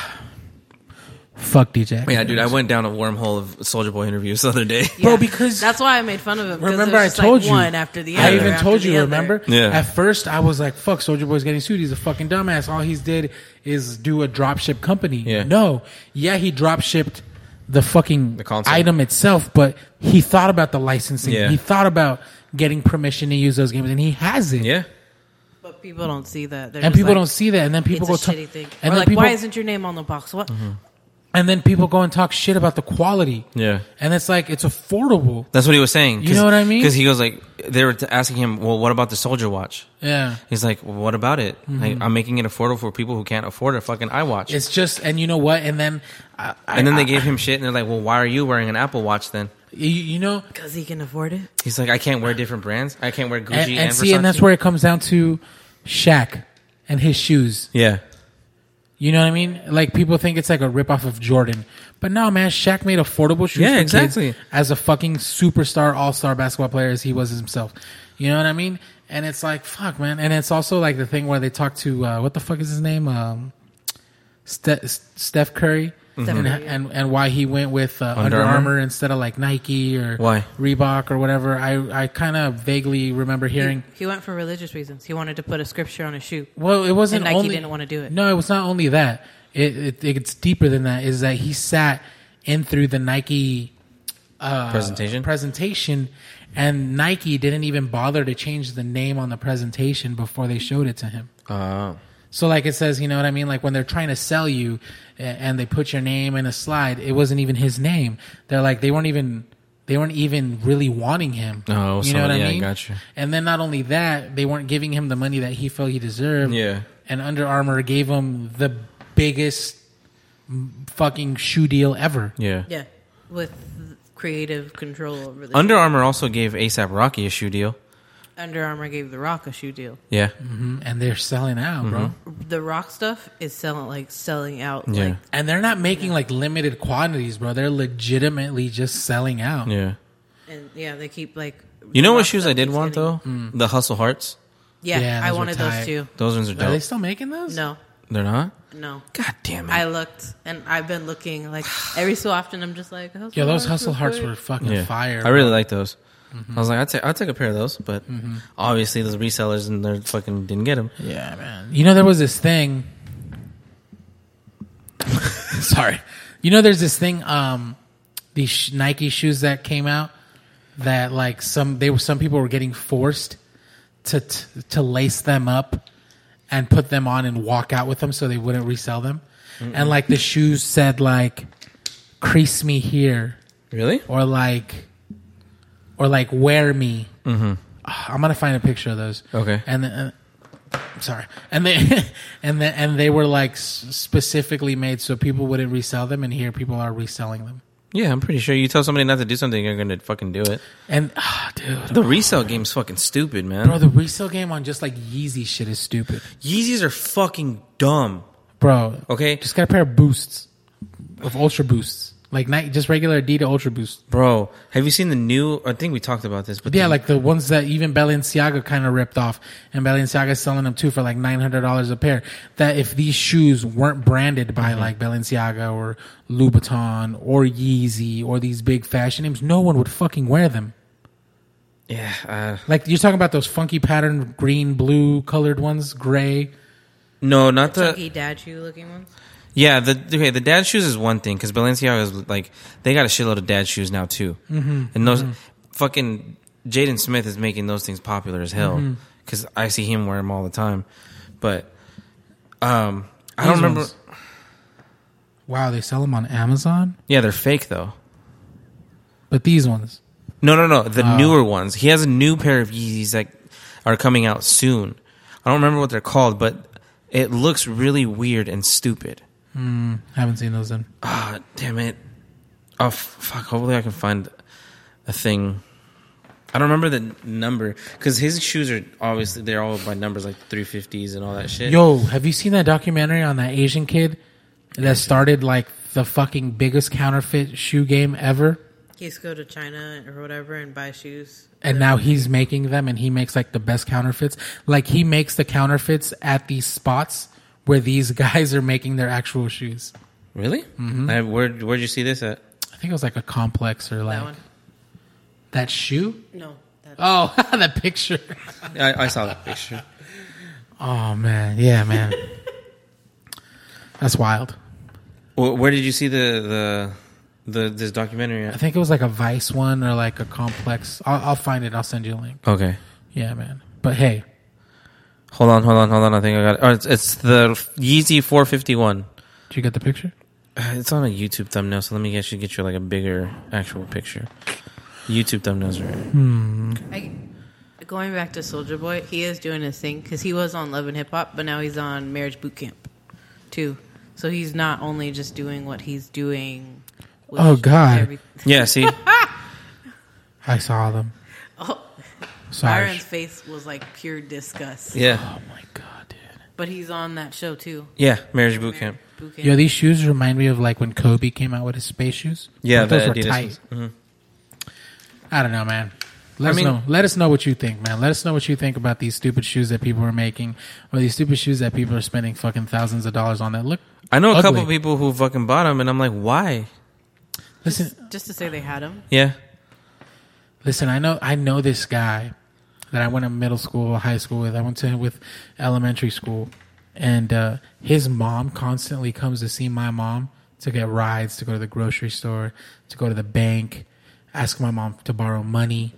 Speaker 2: fuck DJ.
Speaker 3: Yeah, dude, I went down a wormhole of Soldier Boy interviews the other day. [laughs]
Speaker 2: bro, because
Speaker 1: That's why I made fun of him. 'cause it
Speaker 2: Remember,
Speaker 1: was
Speaker 2: I
Speaker 1: just
Speaker 2: told
Speaker 1: like
Speaker 2: you.
Speaker 1: one after the other.
Speaker 2: I even
Speaker 1: after
Speaker 2: told
Speaker 1: the
Speaker 2: you.
Speaker 1: other.
Speaker 2: Remember?
Speaker 3: Yeah.
Speaker 2: At first, I was like, "Fuck, Soldier Boy's getting sued. He's a fucking dumbass. All he's did is do a dropship company."
Speaker 3: Yeah.
Speaker 2: No. Yeah, he dropshipped the fucking
Speaker 3: The console.
Speaker 2: item itself, but he thought about the licensing.
Speaker 3: Yeah.
Speaker 2: He thought about getting permission to use those games, and he has it.
Speaker 3: Yeah,
Speaker 1: But people don't see that. They're
Speaker 2: And
Speaker 1: just
Speaker 2: people
Speaker 1: like,
Speaker 2: don't see that, and then people
Speaker 1: it's
Speaker 2: go
Speaker 1: a
Speaker 2: ta-
Speaker 1: shitty thing. or
Speaker 2: and then
Speaker 1: like,
Speaker 2: people
Speaker 1: why isn't your name on the box? What?
Speaker 2: and then people go and talk shit about the quality.
Speaker 3: Yeah.
Speaker 2: and it's like it's affordable.
Speaker 3: that's what he was saying.
Speaker 2: You know what I mean?
Speaker 3: Because he was like, they were t- asking him, "Well, what about the Soldier Watch?"
Speaker 2: Yeah,
Speaker 3: He's like, well, "What about it?
Speaker 2: Mm-hmm.
Speaker 3: Like, I'm making it affordable for people who can't afford a fucking iWatch."
Speaker 2: it's just and you know what? And then uh, I, I-
Speaker 3: and then they
Speaker 2: I-
Speaker 3: gave him shit, and they're like, "Well, why are you wearing an Apple Watch then?"
Speaker 2: you, you know
Speaker 1: Because he can afford it.
Speaker 3: He's like, "I can't wear different brands. I can't wear Gucci
Speaker 2: and,
Speaker 3: and,
Speaker 2: and see, and
Speaker 3: Versace."
Speaker 2: that's where it comes down to Shaq and his shoes.
Speaker 3: yeah,
Speaker 2: You know what I mean? Like people think it's like a ripoff of Jordan, but no, man. Shaq made affordable shoes.
Speaker 3: Yeah,
Speaker 2: for
Speaker 3: exactly.
Speaker 2: Kids as a fucking superstar, all-star basketball player as he was himself. You know what I mean? And it's like fuck, man. And it's also like the thing where they talk to uh, what the fuck is his name? Um, Ste- Steph Curry. And, and and why he went with uh, Under,
Speaker 3: Mm-hmm. Under
Speaker 2: Armour
Speaker 3: Armour?
Speaker 2: instead of like Nike or
Speaker 3: Why?
Speaker 2: Reebok or whatever. I, I kind of vaguely remember hearing.
Speaker 1: He went for religious reasons. He wanted to put a scripture on a shoe.
Speaker 2: Well, it wasn't
Speaker 1: And Nike
Speaker 2: only,
Speaker 1: didn't wanna do it.
Speaker 2: No, it was not only that. It, it it's deeper than that. Is that he sat in through the Nike uh,
Speaker 3: Presentation?
Speaker 2: presentation, and Nike didn't even bother to change the name on the presentation before they showed it to him.
Speaker 3: oh,
Speaker 2: So, like it says, you know what I mean? Like when they're trying to sell you, a- and they put your name in a slide, it wasn't even his name. They're like they weren't even they weren't even really wanting him.
Speaker 3: Oh,
Speaker 2: you know what
Speaker 3: so-
Speaker 2: I
Speaker 3: yeah, I
Speaker 2: mean?
Speaker 3: got you.
Speaker 2: And then not only that, they weren't giving him the money that he felt he deserved.
Speaker 3: Yeah.
Speaker 2: And Under Armour gave him the biggest m- fucking shoe deal ever.
Speaker 3: yeah,
Speaker 1: Yeah, with creative control over the
Speaker 3: Under Armour also gave ASAP Rocky a shoe deal.
Speaker 1: Under Armour gave The Rock a shoe deal.
Speaker 3: Yeah,
Speaker 2: Mhm. And they're selling out, bro.
Speaker 3: Mm-hmm.
Speaker 1: The Rock stuff is selling like selling out.
Speaker 3: Yeah.
Speaker 1: Like,
Speaker 2: And they're not making like limited quantities, bro. They're legitimately just selling out.
Speaker 3: yeah.
Speaker 1: and yeah, they keep like.
Speaker 3: You know
Speaker 1: The
Speaker 3: what
Speaker 1: Rock
Speaker 3: shoes
Speaker 1: stuff
Speaker 3: I did
Speaker 1: keeps
Speaker 3: want
Speaker 1: getting-
Speaker 3: though? The Hustle Hearts.
Speaker 1: Yeah,
Speaker 2: Yeah,
Speaker 1: I
Speaker 2: those were
Speaker 1: wanted
Speaker 2: tight.
Speaker 1: those too.
Speaker 3: Those ones are
Speaker 2: Mm. Are they
Speaker 3: dope.
Speaker 2: still making those?
Speaker 1: No,
Speaker 3: They're not.
Speaker 1: no.
Speaker 3: God damn it!
Speaker 1: I looked, and I've been looking
Speaker 4: [sighs]
Speaker 1: like every so often. I'm just like, hustle
Speaker 2: Yo, those
Speaker 1: hearts
Speaker 2: hustle
Speaker 1: real
Speaker 2: hearts
Speaker 1: quick.
Speaker 2: were fucking fire. Mm-hmm.
Speaker 3: I really like those. I was like, I'd, ta- I'd take a pair of those, but obviously those resellers and they fucking didn't get them.
Speaker 2: yeah, man. You know, there was this thing. [laughs] Sorry, you know, there's this thing. Um, these sh- Nike shoes that came out that like some they were some people were getting forced to t- to lace them up and put them on and walk out with them so they wouldn't resell them. And like the shoes said like crease me here
Speaker 3: Really?
Speaker 2: or like Ah, or like wear me. Mm-hmm. I'm gonna find a picture of those.
Speaker 3: Okay.
Speaker 2: And uh, sorry and they [laughs] and the, and they were like s- specifically made so people wouldn't resell them and here people are reselling them
Speaker 3: Yeah, I'm pretty sure you tell somebody not to do something, you're gonna fucking do it.
Speaker 2: and ah dude
Speaker 3: The resale game's fucking stupid, man.
Speaker 2: bro the resale game on just like yeezy shit is stupid
Speaker 3: Yeezys are fucking dumb.
Speaker 2: bro
Speaker 3: Okay,
Speaker 2: just got a pair of boosts of ultra boosts like not just regular adidas ultra boost
Speaker 3: bro. Have you seen the new? I think we talked about this, but
Speaker 2: yeah like the ones that even balenciaga kind of ripped off and balenciaga's selling them too for like $900 a pair that if these shoes weren't branded by like balenciaga or louboutin or yeezy or these big fashion names no one would fucking wear them
Speaker 3: yeah, uh,
Speaker 2: Like you're talking about those funky pattern green, blue colored ones, gray.
Speaker 3: no, not the
Speaker 4: Chunky E. dad shoe looking ones.
Speaker 3: Yeah, the okay, the dad shoes is one thing because Balenciaga is like they got a shitload of dad shoes now too, mm-hmm. and those fucking Jaden Smith is making those things popular as hell because I see him wear them all the time, but um, I don't
Speaker 2: These
Speaker 3: remember.
Speaker 2: ones. Wow, they sell them on Amazon,
Speaker 3: Yeah, they're fake though.
Speaker 2: but these ones.
Speaker 3: No, no, no, the newer ones. He has a new pair of Yeezys that are coming out soon. I don't remember what they're called, but it looks really weird and stupid.
Speaker 2: Haven't seen those in.
Speaker 3: Ah, damn it. Oh, f- fuck. Hopefully I can find a thing. I don't remember the number because his shoes are obviously they're all by numbers like 350s and all that shit.
Speaker 2: Yo, have you seen that documentary on that Asian kid that started like the fucking biggest counterfeit shoe game ever?
Speaker 4: He used to go to China or whatever and buy shoes.
Speaker 2: And now he's making them and he makes like the best counterfeits. Like he makes the counterfeits at these spots where these [laughs] guys are making their actual shoes.
Speaker 3: Really? I, where where'd you see this at?
Speaker 2: I think it was like a complex or like
Speaker 4: That
Speaker 2: that,
Speaker 4: one.
Speaker 2: shoe.
Speaker 4: No. That,
Speaker 2: Oh, [laughs] that picture.
Speaker 3: I, I saw that picture.
Speaker 2: Oh man, yeah, man. [laughs] That's wild.
Speaker 3: Where, where did you see the the the this documentary
Speaker 2: I
Speaker 3: at?
Speaker 2: think it was like a Vice one or like a complex. I'll, I'll find it. I'll send you a link.
Speaker 3: Okay.
Speaker 2: Yeah, man. But hey,
Speaker 3: Hold on, hold on, hold on. I think I got it. Oh, it's, it's the Yeezy 451.
Speaker 2: did you get the picture?
Speaker 3: Uh, [sighs] It's on a YouTube thumbnail, so let me actually get you like a bigger actual picture. YouTube thumbnails are
Speaker 4: I, going back to Soldier Boy, he is doing his thing because he was on Love and Hip Hop, but now he's on Marriage Boot Camp, too. So he's not only just doing what he's doing. With
Speaker 2: Oh, God.
Speaker 3: Yeah, [laughs] see?
Speaker 2: I saw them.
Speaker 4: oh,
Speaker 2: Sorry.
Speaker 4: Byron's face was like pure disgust.
Speaker 3: Yeah.
Speaker 2: Oh my god, dude.
Speaker 4: But he's on that show too.
Speaker 3: Yeah, marriage boot camp.
Speaker 4: Boot Camp.
Speaker 2: Yo, these shoes remind me of like when Kobe came out with his space shoes.
Speaker 3: Yeah,
Speaker 2: Like,
Speaker 3: the
Speaker 2: those were
Speaker 3: Adidas
Speaker 2: tight. I don't know, man. Let
Speaker 3: I
Speaker 2: us
Speaker 3: mean-
Speaker 2: know. Let us know what you think, man. Let us know what you think about these stupid shoes that people are making, or these stupid shoes that people are spending fucking thousands of dollars on. That look.
Speaker 3: I know a couple
Speaker 2: ugly.
Speaker 3: people who fucking bought them, and I'm like, why?
Speaker 2: Listen,
Speaker 4: Just to say they had him.
Speaker 3: Yeah.
Speaker 2: Listen, I know I know this guy that I went to middle school, high school with. I went to with elementary school, and uh, his mom constantly comes to see my mom to get rides, to go to the grocery store, to go to the bank, ask my mom to borrow money.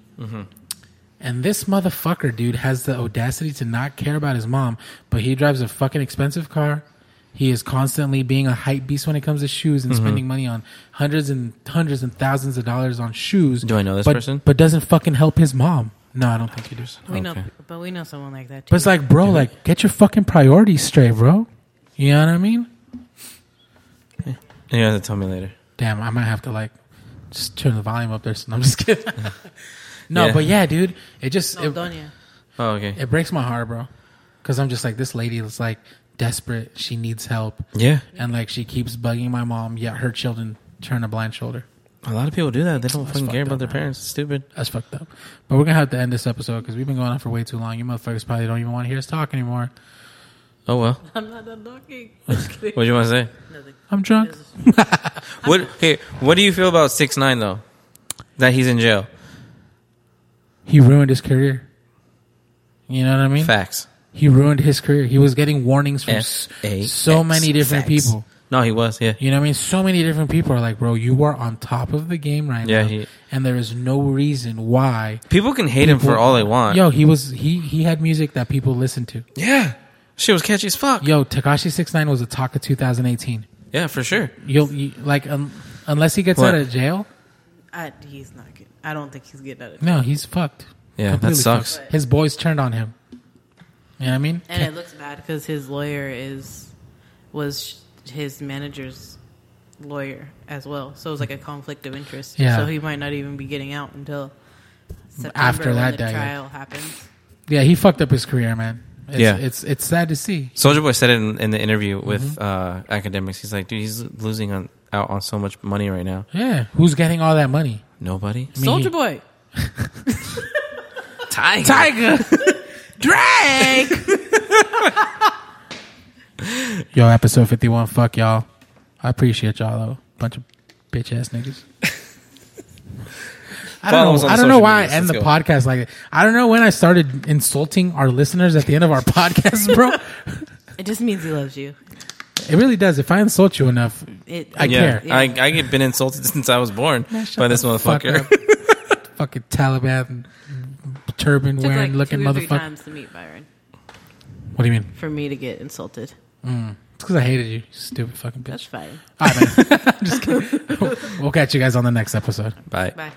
Speaker 2: And this motherfucker, dude, has the audacity to not care about his mom, but he drives a fucking expensive car. He is constantly being a hype beast when it comes to shoes
Speaker 3: Mm-hmm.
Speaker 2: and spending money on hundreds and hundreds and thousands of dollars on shoes.
Speaker 3: Do I know this
Speaker 2: but,
Speaker 3: person?
Speaker 2: But doesn't fucking help his mom. No, I don't think you do.
Speaker 4: We know,
Speaker 3: Okay.
Speaker 4: but we know someone like that too.
Speaker 2: But it's like, bro, like get your fucking priorities straight, bro. You know what I mean?
Speaker 3: You have to tell me later.
Speaker 2: Damn, I might have to like just turn the volume up there. [laughs] So no, I'm just kidding. no,
Speaker 3: Mm. Yeah.
Speaker 2: but yeah, dude, it just
Speaker 4: no,
Speaker 2: it-
Speaker 4: Donia.
Speaker 3: Oh, okay.
Speaker 2: It breaks my heart, bro. Because I'm just like, this lady is like desperate. She needs help.
Speaker 3: Yeah.
Speaker 2: And like, she keeps bugging my mom, yet her children turn a blind shoulder.
Speaker 3: A lot of people do that. They don't fucking care
Speaker 2: fucked
Speaker 3: about
Speaker 2: up,
Speaker 3: their
Speaker 2: man.
Speaker 3: parents. It's stupid.
Speaker 2: That's fucked up. But we're going to have to end this episode because we've been going on for way too long. You motherfuckers probably don't even want to hear us talk anymore.
Speaker 3: Oh, [laughs] well.
Speaker 4: I'm not done talking.
Speaker 3: What do you want to say?
Speaker 4: Nothing.
Speaker 2: I'm drunk.
Speaker 3: What, hey, what do you feel about 6 9 though? That he's in jail.
Speaker 2: He ruined his career. You know what I mean?
Speaker 3: Facts.
Speaker 2: He ruined his career. He was getting warnings from s-
Speaker 3: F-A-X.
Speaker 2: so many different
Speaker 3: Facts.
Speaker 2: people.
Speaker 3: No, he was, yeah.
Speaker 2: You know what I mean? So many different people are like, bro, you are on top of the game right
Speaker 3: Yeah,
Speaker 2: now.
Speaker 3: he-
Speaker 2: and there is no reason why
Speaker 3: People can hate him for all they want.
Speaker 2: Yo, he was he he had music that people listened to.
Speaker 3: Yeah. She was catchy as fuck.
Speaker 2: Yo, Takashi Six Nine was a talk of 2018.
Speaker 3: Yeah, for sure.
Speaker 2: You'll you, like um, unless he gets
Speaker 3: What?
Speaker 2: out of jail.
Speaker 4: I, he's not good. I don't think he's getting out of it.
Speaker 2: No, he's fucked.
Speaker 3: Yeah, that
Speaker 2: Completely
Speaker 3: sucks.
Speaker 2: fucked. His boys turned on him. You know what I mean?
Speaker 4: And it looks bad because his lawyer is was his manager's lawyer as well. So it was like a conflict of interest.
Speaker 2: Yeah.
Speaker 4: So he might not even be getting out until September
Speaker 2: After
Speaker 4: when
Speaker 2: that
Speaker 4: the
Speaker 2: day.
Speaker 4: trial happens.
Speaker 2: Yeah, he fucked up his career, man. It's,
Speaker 3: Yeah.
Speaker 2: it's it's sad to see.
Speaker 3: Soldier Boy said it in, in the interview with uh, academics. He's like, dude, he's losing on, out on so much money right now.
Speaker 2: Yeah, who's getting all that money?
Speaker 3: Nobody.
Speaker 4: Soldier Boy.
Speaker 3: Tiger.
Speaker 4: [laughs]
Speaker 2: Tiger, Drake. [laughs] Yo, episode fifty-one. Fuck y'all. I appreciate y'all though. Bunch of bitch ass niggas. I
Speaker 3: [laughs]
Speaker 2: don't
Speaker 3: Follow us
Speaker 2: know.
Speaker 3: on
Speaker 2: I
Speaker 3: social
Speaker 2: don't know why
Speaker 3: medias.
Speaker 2: I end the
Speaker 3: Let's go.
Speaker 2: podcast like that. I don't know when I started insulting our listeners at the end of our [laughs] podcast, bro.
Speaker 4: It just means he loves you.
Speaker 2: it really does. If I insult you enough,
Speaker 4: It,
Speaker 2: I
Speaker 3: Yeah,
Speaker 2: care.
Speaker 3: I, I get been insulted [laughs] since I was born by this
Speaker 2: Fuck
Speaker 3: motherfucker. [laughs]
Speaker 2: up. [laughs] Fucking Taliban turban
Speaker 4: took
Speaker 2: wearing
Speaker 4: like
Speaker 2: looking
Speaker 4: two or three
Speaker 2: motherfucker.
Speaker 4: times to meet Byron
Speaker 2: What do you mean?
Speaker 4: for me to get insulted.
Speaker 2: It's because I hated you, you stupid fucking bitch.
Speaker 4: That's fine.
Speaker 2: All right, man. Just kidding. We'll catch you guys on the next episode.
Speaker 3: Bye.
Speaker 4: Bye.